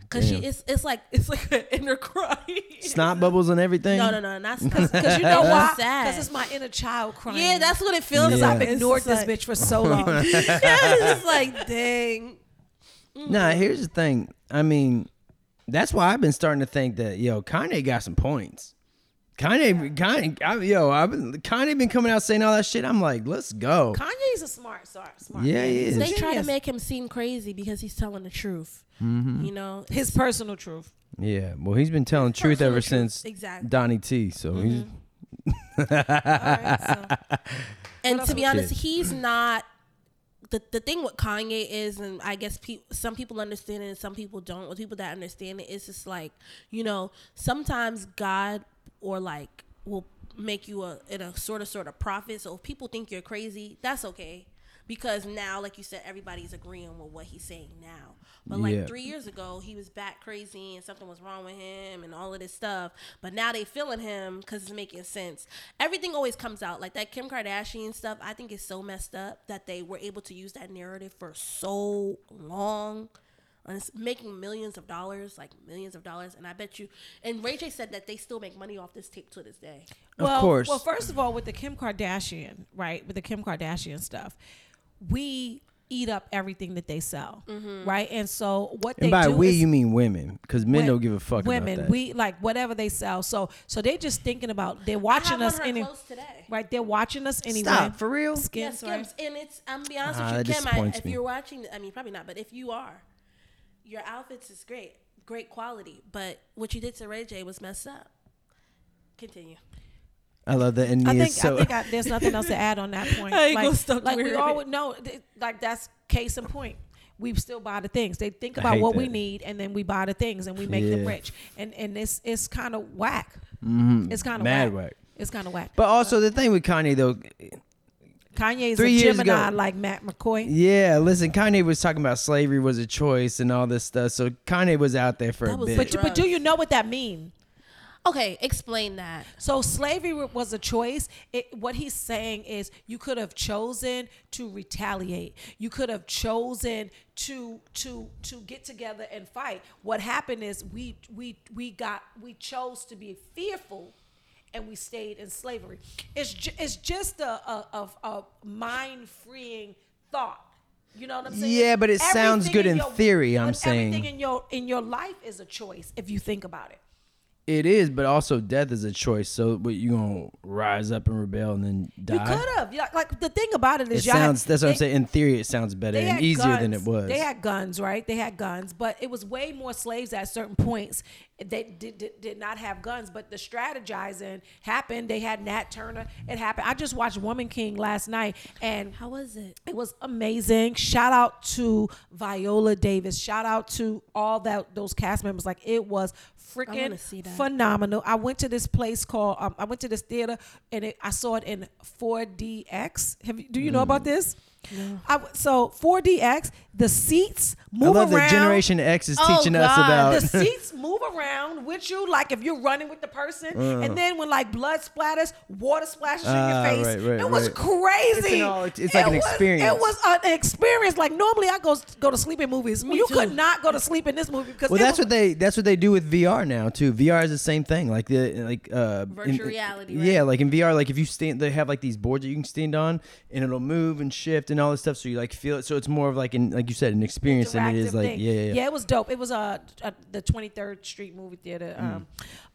Speaker 2: because she it's it's like it's like an inner cry.
Speaker 3: Snot bubbles and everything.
Speaker 2: no, no, no, not because
Speaker 1: You know why?
Speaker 2: Sad.
Speaker 1: Because it's my inner child crying.
Speaker 2: yeah, that's what it feels
Speaker 3: Yeah.
Speaker 1: I've
Speaker 2: like.
Speaker 1: ignored
Speaker 2: It's
Speaker 1: this
Speaker 2: like-
Speaker 1: bitch for so long.
Speaker 2: Yeah, it's just like dang.
Speaker 3: Nah, here's the thing. I mean, that's why I've been starting to think that yo Kanye got some points. Kanye, Kanye, I, yo, I've been Kanye been coming out saying all that shit. I'm like, let's go.
Speaker 1: Kanye's a smart, smart, smart.
Speaker 3: Yeah,
Speaker 1: man.
Speaker 3: he
Speaker 1: He's
Speaker 3: is.
Speaker 1: a
Speaker 2: They try to
Speaker 1: genius.
Speaker 2: make him seem crazy because he's telling the truth.
Speaker 3: Mm-hmm.
Speaker 2: You know,
Speaker 1: his personal truth.
Speaker 3: Yeah, well, he's been telling truth
Speaker 2: Personal
Speaker 3: ever
Speaker 2: truth,
Speaker 3: since
Speaker 2: exactly. Mm-hmm.
Speaker 3: Donnie T. So he's
Speaker 2: and to be honest,
Speaker 3: Kid.
Speaker 2: he's not. The, the thing with Kanye is, and I guess pe- some people understand it and some people don't. With people that understand it, it's just like, you know, sometimes God or like will make you a, in a sort of sort of prophet. So if people think you're crazy, that's okay. Because now, like you said, everybody's agreeing with what he's saying now. But like
Speaker 3: Yeah.
Speaker 2: three years ago, he was back crazy and something was wrong with him and all of this stuff. But now they feeling him because it's making sense. Everything always comes out like that Kim Kardashian stuff. I think is so messed up that they were able to use that narrative for so long. And it's making millions of dollars, like millions of dollars, and I bet you. And Ray J said that they still make money off this tape to this day.
Speaker 3: Of course.
Speaker 1: Well, first of all, with the Kim Kardashian, right? With the Kim Kardashian stuff, we eat up everything that they sell, right? And so what
Speaker 3: and
Speaker 1: they
Speaker 3: by
Speaker 1: do
Speaker 3: we
Speaker 1: is
Speaker 3: you mean women because men
Speaker 1: wo-
Speaker 3: don't give a fuck
Speaker 1: Women,
Speaker 3: about that.
Speaker 1: we like whatever they sell. So so they're just thinking about they're
Speaker 2: I have
Speaker 1: watching
Speaker 2: on
Speaker 1: us
Speaker 2: her
Speaker 1: any
Speaker 2: clothes today.
Speaker 1: right. They're watching us anyway.
Speaker 3: Stop for real.
Speaker 2: Yeah,
Speaker 1: Skims, right?
Speaker 2: Skims, and it's I'm gonna be honest
Speaker 3: Ah, that
Speaker 2: with you, Kim. I,
Speaker 3: disappoints
Speaker 2: if
Speaker 3: me.
Speaker 2: you're watching, I mean probably not, but if you are, your outfits is great, great quality. But what you did to Ray J was messed up. Continue.
Speaker 3: I love that. And
Speaker 1: I
Speaker 3: Nia
Speaker 1: think
Speaker 3: so,
Speaker 1: I think I, there's nothing else to add on that point.
Speaker 2: I ain't
Speaker 1: like
Speaker 2: gonna stop
Speaker 1: like we
Speaker 2: wearing
Speaker 1: all
Speaker 2: it.
Speaker 1: would know, th- like that's case in point. We still buy the things. They think
Speaker 3: I
Speaker 1: about
Speaker 3: hate
Speaker 1: what we
Speaker 3: that.
Speaker 1: need, and then we buy the things, and we make them
Speaker 3: Yeah.
Speaker 1: rich. And and it's it's kind of whack. It's kind of
Speaker 3: Mm-hmm. Mad
Speaker 1: whack.
Speaker 3: whack.
Speaker 1: It's kind of whack.
Speaker 3: But also the thing with Kanye though,
Speaker 1: Kanye's
Speaker 3: Three
Speaker 1: a
Speaker 3: years
Speaker 1: Gemini
Speaker 3: ago.
Speaker 1: like Matt McCoy.
Speaker 3: Yeah, listen, Kanye was talking about slavery was a choice and all this stuff. So Kanye was out there for
Speaker 2: That
Speaker 3: a
Speaker 2: was
Speaker 3: bit.
Speaker 1: But you, but do
Speaker 2: Drugs.
Speaker 1: you know what that means?
Speaker 2: Okay, explain that.
Speaker 1: So slavery wa- was a choice. It, what he's saying is you could have chosen to retaliate. You could have chosen to to to get together and fight. What happened is we we we got we chose to be fearful, and we stayed in slavery. It's ju- it's just a a, a, a mind freeing thought. You know what I'm saying?
Speaker 3: Yeah, but it sounds good in theory, I'm
Speaker 1: but
Speaker 3: saying.
Speaker 1: everything in your in your life is a choice if you think about it.
Speaker 3: it is, but also death is a choice. So what you gonna rise up and rebel and then die?
Speaker 1: You could have. Like, like the thing about it
Speaker 3: It
Speaker 1: is, y'all had-
Speaker 3: sounds. That's what I'm
Speaker 1: they-
Speaker 3: saying. In theory, it sounds better
Speaker 1: they
Speaker 3: and
Speaker 1: had
Speaker 3: easier than it
Speaker 1: guns.
Speaker 3: was.
Speaker 1: They had guns, right? They had guns, but it was way more slaves at certain points. They did, did, did not have guns, but the strategizing happened. They had Nat Turner. It happened. I just watched Woman King last night, and
Speaker 2: How was it?
Speaker 1: it was amazing. Shout out to Viola Davis. Shout out to all that those cast members. Like it was freaking
Speaker 2: see that.
Speaker 1: phenomenal. I went to this place called um, I went to this theater and it, I saw it in 4DX. Have you, do you know
Speaker 3: Mm.
Speaker 1: about this? I w so 4DX, the seats
Speaker 3: I
Speaker 1: move
Speaker 3: love
Speaker 1: around.
Speaker 3: that Generation X is
Speaker 2: Oh,
Speaker 3: teaching us
Speaker 2: God,
Speaker 1: Uh, The
Speaker 3: about.
Speaker 1: seats move around with you, like if you're running with the person, and then when like blood splatters, water splashes
Speaker 3: Mm. Ah,
Speaker 1: in your face.
Speaker 3: right, right,
Speaker 1: it was
Speaker 3: right.
Speaker 1: crazy.
Speaker 3: It's an all- it's like an
Speaker 1: was-
Speaker 3: experience.
Speaker 1: It was an experience. Like normally I go go to sleep in movies. you
Speaker 2: too.
Speaker 1: could not go to sleep in this movie because
Speaker 3: well,
Speaker 1: it
Speaker 3: that's
Speaker 1: was,
Speaker 3: what they that's what they do with VR now too. VR is the same thing, like the like uh, in-
Speaker 2: Virtual reality, right?
Speaker 3: Yeah, like in VR, like if you stand, they have like these boards that you can stand on, and it'll move and shift and all this stuff. So you like feel it. So it's more of like an like you said, an experience than it is
Speaker 1: interactive
Speaker 3: like
Speaker 1: thing.
Speaker 3: yeah, yeah, yeah.
Speaker 1: it was dope. It was uh, uh the 23rd Street movie theater,
Speaker 3: Mm.
Speaker 1: um,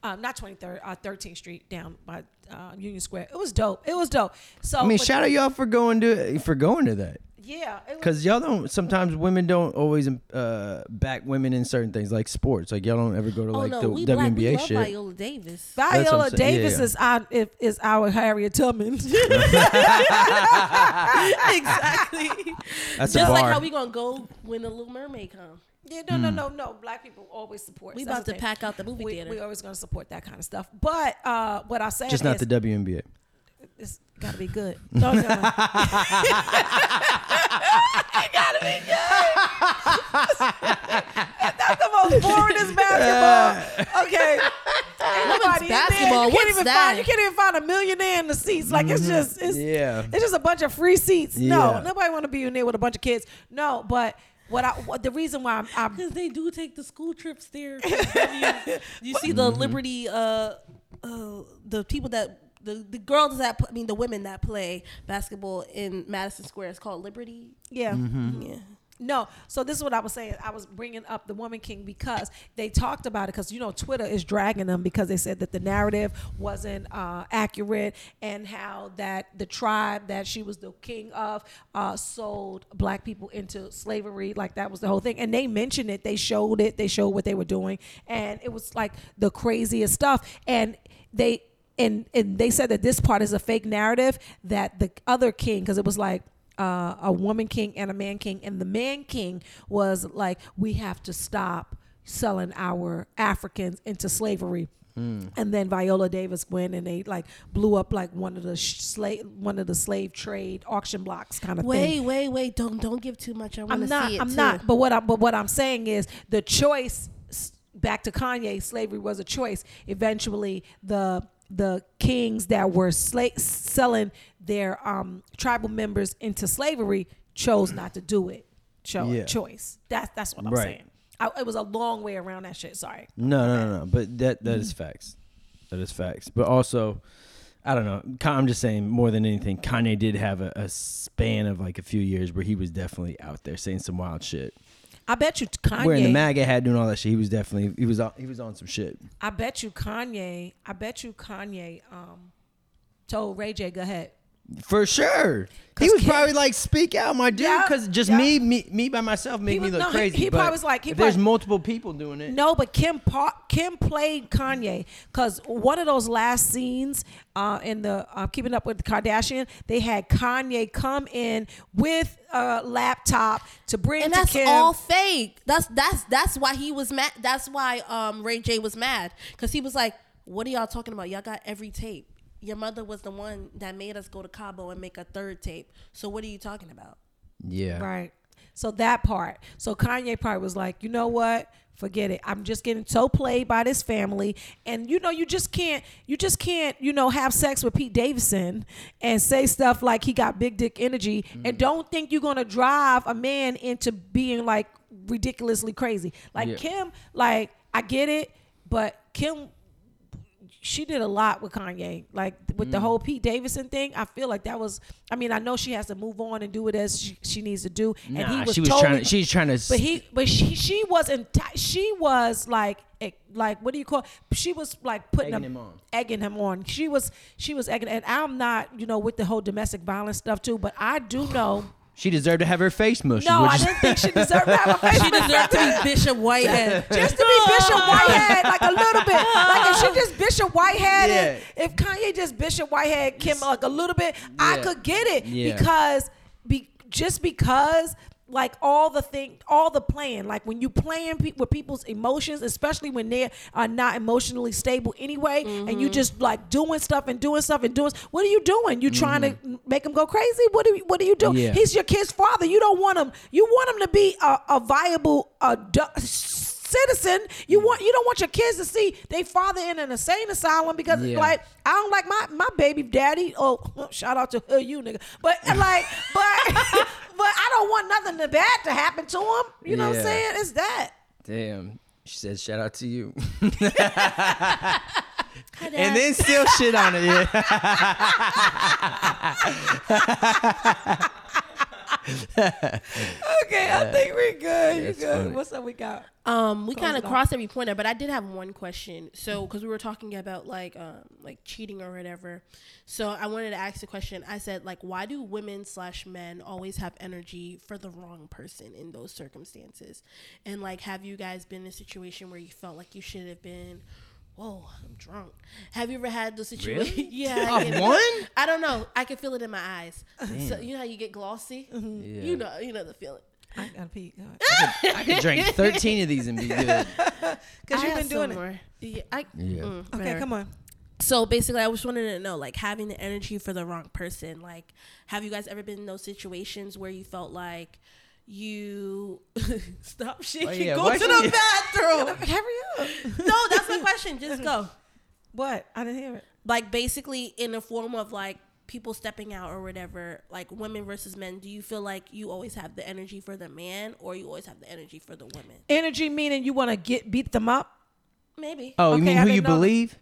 Speaker 1: um not 23rd, uh, 13th Street down by uh, Union Square. It was dope. It was dope. So
Speaker 2: Oh,
Speaker 3: I mean,
Speaker 1: but-
Speaker 3: shout out y'all for going to for going to that
Speaker 1: yeah, it was
Speaker 3: because y'all don't. Sometimes women don't always uh, back women in certain things like sports. Like y'all don't ever go to like
Speaker 2: oh no,
Speaker 3: the
Speaker 2: we black.
Speaker 3: WNBA
Speaker 2: we love
Speaker 3: shit.
Speaker 2: Viola Davis.
Speaker 3: what
Speaker 1: Viola
Speaker 3: I'm saying.
Speaker 1: Davis
Speaker 3: Yeah.
Speaker 1: is our if, is our Harriet Tubman.
Speaker 2: exactly.
Speaker 3: That's
Speaker 2: Just
Speaker 3: a bar.
Speaker 2: like how we gonna go when the Little Mermaid come.
Speaker 1: yeah, no, no, no, no. Black people always support.
Speaker 2: We
Speaker 1: That's
Speaker 2: about
Speaker 1: the
Speaker 2: to
Speaker 1: thing.
Speaker 2: pack out the movie
Speaker 1: We,
Speaker 2: theater.
Speaker 1: we always gonna support that kind of stuff. But uh, what I say is
Speaker 3: Just not the WNBA.
Speaker 1: it's gotta be good. No, no, no. That's the most boringest basketball. Okay. Ain't
Speaker 2: Women's
Speaker 1: nobody in there.
Speaker 2: basketball,
Speaker 1: You can't
Speaker 2: what's
Speaker 1: even
Speaker 2: that?
Speaker 1: Find, you can't even find a millionaire in the seats. Like it's just it's
Speaker 3: Mm-hmm. Yeah.
Speaker 1: it's just a bunch of free seats.
Speaker 3: Yeah.
Speaker 1: No, nobody want to be in there with a bunch of kids. No, but what I what, the reason why I'm, I'm
Speaker 2: Because they do take the school trips there. you, you see the Liberty, uh, uh, the people that the, the girls that pl- I mean the women that play basketball in Madison Square is called Liberty.
Speaker 1: yeah.
Speaker 3: Mm-hmm.
Speaker 2: Yeah.
Speaker 1: No, so this is what I was saying. I was bringing up the Woman King because they talked about it because you know Twitter is dragging them because they said that the narrative wasn't uh, accurate and how that the tribe that she was the king of uh, sold black people into slavery. Like that was the whole thing, and they mentioned it. They showed it. They showed what they were doing, and it was like the craziest stuff. And they and and they said that this part is a fake narrative that the other king because it was like uh, a woman king and a man king and the man king was like we have to stop selling our africans into slavery and then viola davis went and they like blew up like one of the sh- slave one of the slave trade auction blocks kind of thing
Speaker 2: Wait, wait, wait! Don't don't give too much. I want to
Speaker 1: I'm
Speaker 2: see
Speaker 1: not.
Speaker 2: it
Speaker 1: I'm
Speaker 2: too.
Speaker 1: not. But what I'm. But what I'm saying is the choice. s- Back to Kanye, slavery was a choice. Eventually, the the kings that were sla- selling their um, tribal members into slavery chose not to do it. Cho-
Speaker 3: Yeah.
Speaker 1: Choice. That's that's what I'm
Speaker 3: Right.
Speaker 1: saying. I, it was a long way around that shit. Sorry.
Speaker 3: No, no, no, no. But that that is facts. That is facts. But also, I don't know. Ka- I'm just saying more than anything, Kanye did have a, a span of like a few years where he was definitely out there saying some wild shit.
Speaker 1: I bet you Kanye.
Speaker 3: Wearing the MAGA hat, doing all that shit. He was definitely he was on, he was on some shit.
Speaker 1: I bet you Kanye. I bet you Kanye um, told Ray J, "Go ahead."
Speaker 3: For sure. He
Speaker 1: 'Cause
Speaker 3: was
Speaker 1: Kim-
Speaker 3: probably like, "Speak out, my dude,"
Speaker 1: Yeah,
Speaker 3: because just
Speaker 1: yeah.
Speaker 3: me, me, me by myself made
Speaker 1: He
Speaker 3: me
Speaker 1: was-
Speaker 3: look
Speaker 1: no, he-
Speaker 3: crazy.
Speaker 1: he
Speaker 3: but
Speaker 1: probably was like- he
Speaker 3: if there's
Speaker 1: probably-
Speaker 3: multiple people doing it.
Speaker 1: No, but Kim pa- Kim played Kanye because one of those last scenes uh, in the uh, Keeping Up with the Kardashian, they had Kanye come in with a laptop to bring
Speaker 2: and
Speaker 1: to
Speaker 2: that's
Speaker 1: Kim.
Speaker 2: all fake. That's that's that's why he was mad. That's why um Ray J was mad because he was like, "What are y'all talking about? Y'all got every tape. Your mother was the one that made us go to Cabo and make a third tape. So what are you talking about?
Speaker 3: Yeah.
Speaker 1: Right. So that part. So Kanye part was like, you know what? Forget it. I'm just getting so played by this family, and you know, you just can't, you just can't, you know, have sex with Pete Davidson and say stuff like he got big dick energy,
Speaker 3: Mm-hmm.
Speaker 1: and don't think you're gonna drive a man into being like ridiculously crazy. Like
Speaker 3: Yeah.
Speaker 1: Kim, like I get it, but Kim she did a lot with Kanye. Like with
Speaker 3: Mm.
Speaker 1: the whole Pete Davidson thing, I feel like that was. I mean, I know she has to move on and do it as she, she needs to do. and
Speaker 3: Nah,
Speaker 1: he was
Speaker 3: she was
Speaker 1: totally,
Speaker 3: trying to. She's trying to.
Speaker 1: but he, but she, she was enti- She was like, eh, like what do you call? She was like putting
Speaker 3: Egging him on.
Speaker 1: egging him on. She was, she was egging. And I'm not, you know, with the whole domestic violence stuff too. But I do know.
Speaker 3: she deserved to have her face mushed.
Speaker 1: No,
Speaker 3: which
Speaker 1: I
Speaker 3: is-
Speaker 1: didn't think she deserved to have a face.
Speaker 2: She deserved to be Bishop Whitehead.
Speaker 1: just to be Bishop Whitehead, like a little bit. Like if she just Bishop Whitehead, and
Speaker 3: Yeah.
Speaker 1: if Kanye just Bishop Whitehead Kim like a little bit, I
Speaker 3: Yeah.
Speaker 1: could get it
Speaker 3: Yeah.
Speaker 1: because be just because like all the thing, all the playing. Like when you playing pe- with people's emotions, especially when they are not emotionally stable anyway, and you just like doing stuff and doing stuff and doing. What are you doing? You trying to make them go crazy? What do you, What do you do?
Speaker 3: Yeah.
Speaker 1: He's your kid's father. You don't want him. You want him to be a, a viable adu- citizen. You want. You don't want your kids to see they father in an insane asylum because
Speaker 3: Yeah.
Speaker 1: like I don't like my my baby daddy. Oh, shout out to uh, you, nigga. But like, but but I don't want nothing to bad to happen to him. You know what I'm
Speaker 3: Yeah.
Speaker 1: saying? It's that.
Speaker 3: Damn. She says, shout out to you. and then still shit on it. Yeah.
Speaker 1: Okay, I think we're good.
Speaker 3: You that's good. funny. What's
Speaker 1: up? We got.
Speaker 2: Um, we kind of crossed every point there, but I did have one question. So, because we were talking about like um, like cheating or whatever, so I wanted to ask the question. I said like, why do women slash men always have energy for the wrong person in those circumstances? And like, have you guys been in a situation where you felt like you should have been? Whoa, I'm drunk. Have you ever had those situations?
Speaker 3: Really?
Speaker 2: yeah, I
Speaker 3: Of
Speaker 2: get it.
Speaker 3: one?
Speaker 2: I don't know. I can feel it in my eyes. So you know how you get glossy. You know, you know the feeling.
Speaker 1: I gotta pee.
Speaker 3: I could drink 13 of these and be good.
Speaker 1: Because
Speaker 2: I
Speaker 1: you've
Speaker 2: have
Speaker 1: been doing
Speaker 2: some
Speaker 1: it.
Speaker 2: more. Yeah, I,
Speaker 3: Yeah.
Speaker 2: mm,
Speaker 1: Okay,
Speaker 2: whatever.
Speaker 1: come on.
Speaker 2: So basically, I just wanted to know, like, having the energy for the wrong person. Like, have you guys ever been in those situations where you felt like you stop shaking,
Speaker 3: Oh, yeah,
Speaker 2: go
Speaker 3: why
Speaker 2: to
Speaker 3: she-
Speaker 2: the bathroom?
Speaker 1: Hurry up.
Speaker 2: no, that's my question. Just go.
Speaker 1: What? I didn't hear it.
Speaker 2: Like, basically, in the form of like people stepping out or whatever, like women versus men. Do you feel like you always have the energy for the man, or you always have the energy for the women?
Speaker 1: Energy meaning you want to get beat them up.
Speaker 2: Maybe.
Speaker 3: Oh,
Speaker 1: Okay,
Speaker 3: you mean
Speaker 1: I
Speaker 3: who
Speaker 1: didn't
Speaker 3: you
Speaker 1: know that.
Speaker 3: believe?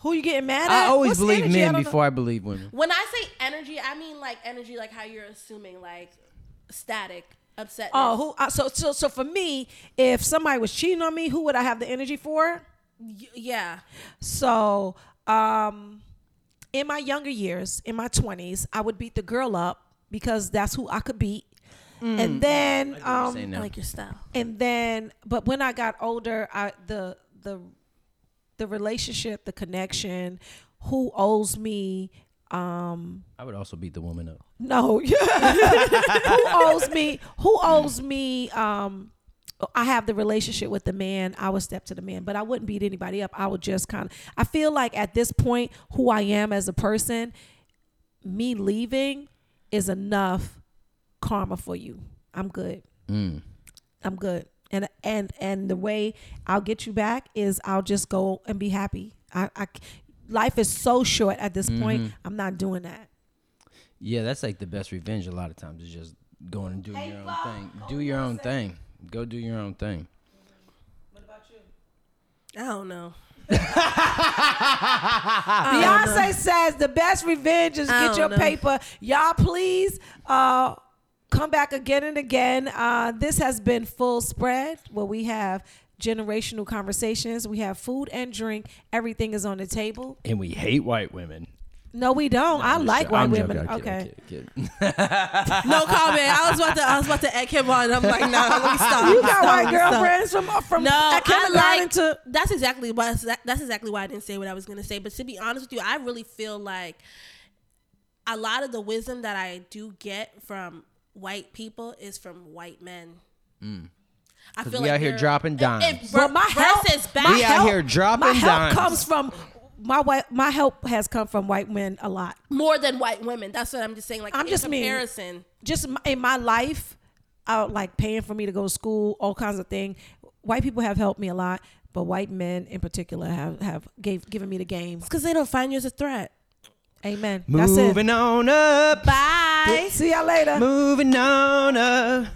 Speaker 1: Who you getting mad
Speaker 3: I
Speaker 1: at?
Speaker 3: always
Speaker 1: What's
Speaker 3: believe
Speaker 1: energy? I
Speaker 3: men
Speaker 1: don't know.
Speaker 3: before I believe women.
Speaker 2: When I say energy, I mean like energy, like how you're assuming, like static, upset.
Speaker 1: Oh, who? I, so so so for me, if somebody was cheating on me, who would I have the energy for?
Speaker 2: Y- yeah.
Speaker 1: So, um, in my younger years, in my twenties, I would beat the girl up because that's who I could beat. And then, um,
Speaker 3: saying
Speaker 2: I
Speaker 3: now.
Speaker 2: like your style.
Speaker 1: and then but when i got older i the the the relationship the connection who owes me um
Speaker 3: I would also beat the woman up.
Speaker 1: no who owes me who owes me um I have the relationship with the man. I would step to the man, but I wouldn't beat anybody up. I would just kind of. I feel like at this point, who I am as a person, me leaving is enough karma for you. I'm good.
Speaker 3: Mm.
Speaker 1: I'm good. And and and the way I'll get you back is I'll just go and be happy. I, I c- life is so short at this point. I'm not doing that.
Speaker 3: Yeah, that's like the best revenge a lot of times is just going and doing your own thing. Do your own thing. Go do your own thing.
Speaker 2: I don't know.
Speaker 1: Beyonce says the best revenge is
Speaker 2: I
Speaker 1: get
Speaker 2: don't
Speaker 1: your
Speaker 2: know.
Speaker 1: paper. Y'all please uh come back again and again. Uh this has been full spread where we have generational conversations. We have food and drink. Everything is on the table.
Speaker 3: And we hate white women.
Speaker 1: No, we don't. I
Speaker 3: I'm
Speaker 1: like
Speaker 3: joking.
Speaker 1: white
Speaker 3: I'm joking.
Speaker 1: women.
Speaker 3: I'm kidding.
Speaker 1: okay.
Speaker 3: I'm kidding. I'm kidding.
Speaker 2: No comment. I was about to. I was about to egg him on. I'm like, no, let me stop.
Speaker 1: Uh, You got
Speaker 2: stop,
Speaker 1: white
Speaker 2: stop.
Speaker 1: girlfriends from uh, from
Speaker 2: No, I
Speaker 1: Atlanta
Speaker 2: like.
Speaker 1: to
Speaker 2: that's exactly why. That's exactly why I didn't say what I was gonna say. But to be honest with you, I really feel like a lot of the wisdom that I do get from white people is from white men. I feel
Speaker 3: Mm. we out here
Speaker 2: they're-
Speaker 3: dropping dimes.
Speaker 2: If, if
Speaker 1: But my
Speaker 2: versus
Speaker 1: help-
Speaker 2: back,
Speaker 1: my
Speaker 3: We out
Speaker 1: help-
Speaker 3: here dropping
Speaker 1: My help
Speaker 3: dimes.
Speaker 1: comes from my white my help has come from white men a lot.
Speaker 2: more than white women. That's what I'm just saying. Like
Speaker 1: I'm
Speaker 2: in
Speaker 1: just mean.
Speaker 2: comparison.
Speaker 1: Just m- in my life, out like paying for me to go to school, all kinds of thing. White people have helped me a lot, but white men in particular have have gave given me the game.
Speaker 2: because they don't find you as a threat.
Speaker 1: Amen. That's it.
Speaker 3: Moving on up.
Speaker 2: Bye.
Speaker 1: See y'all later.
Speaker 3: Moving on up.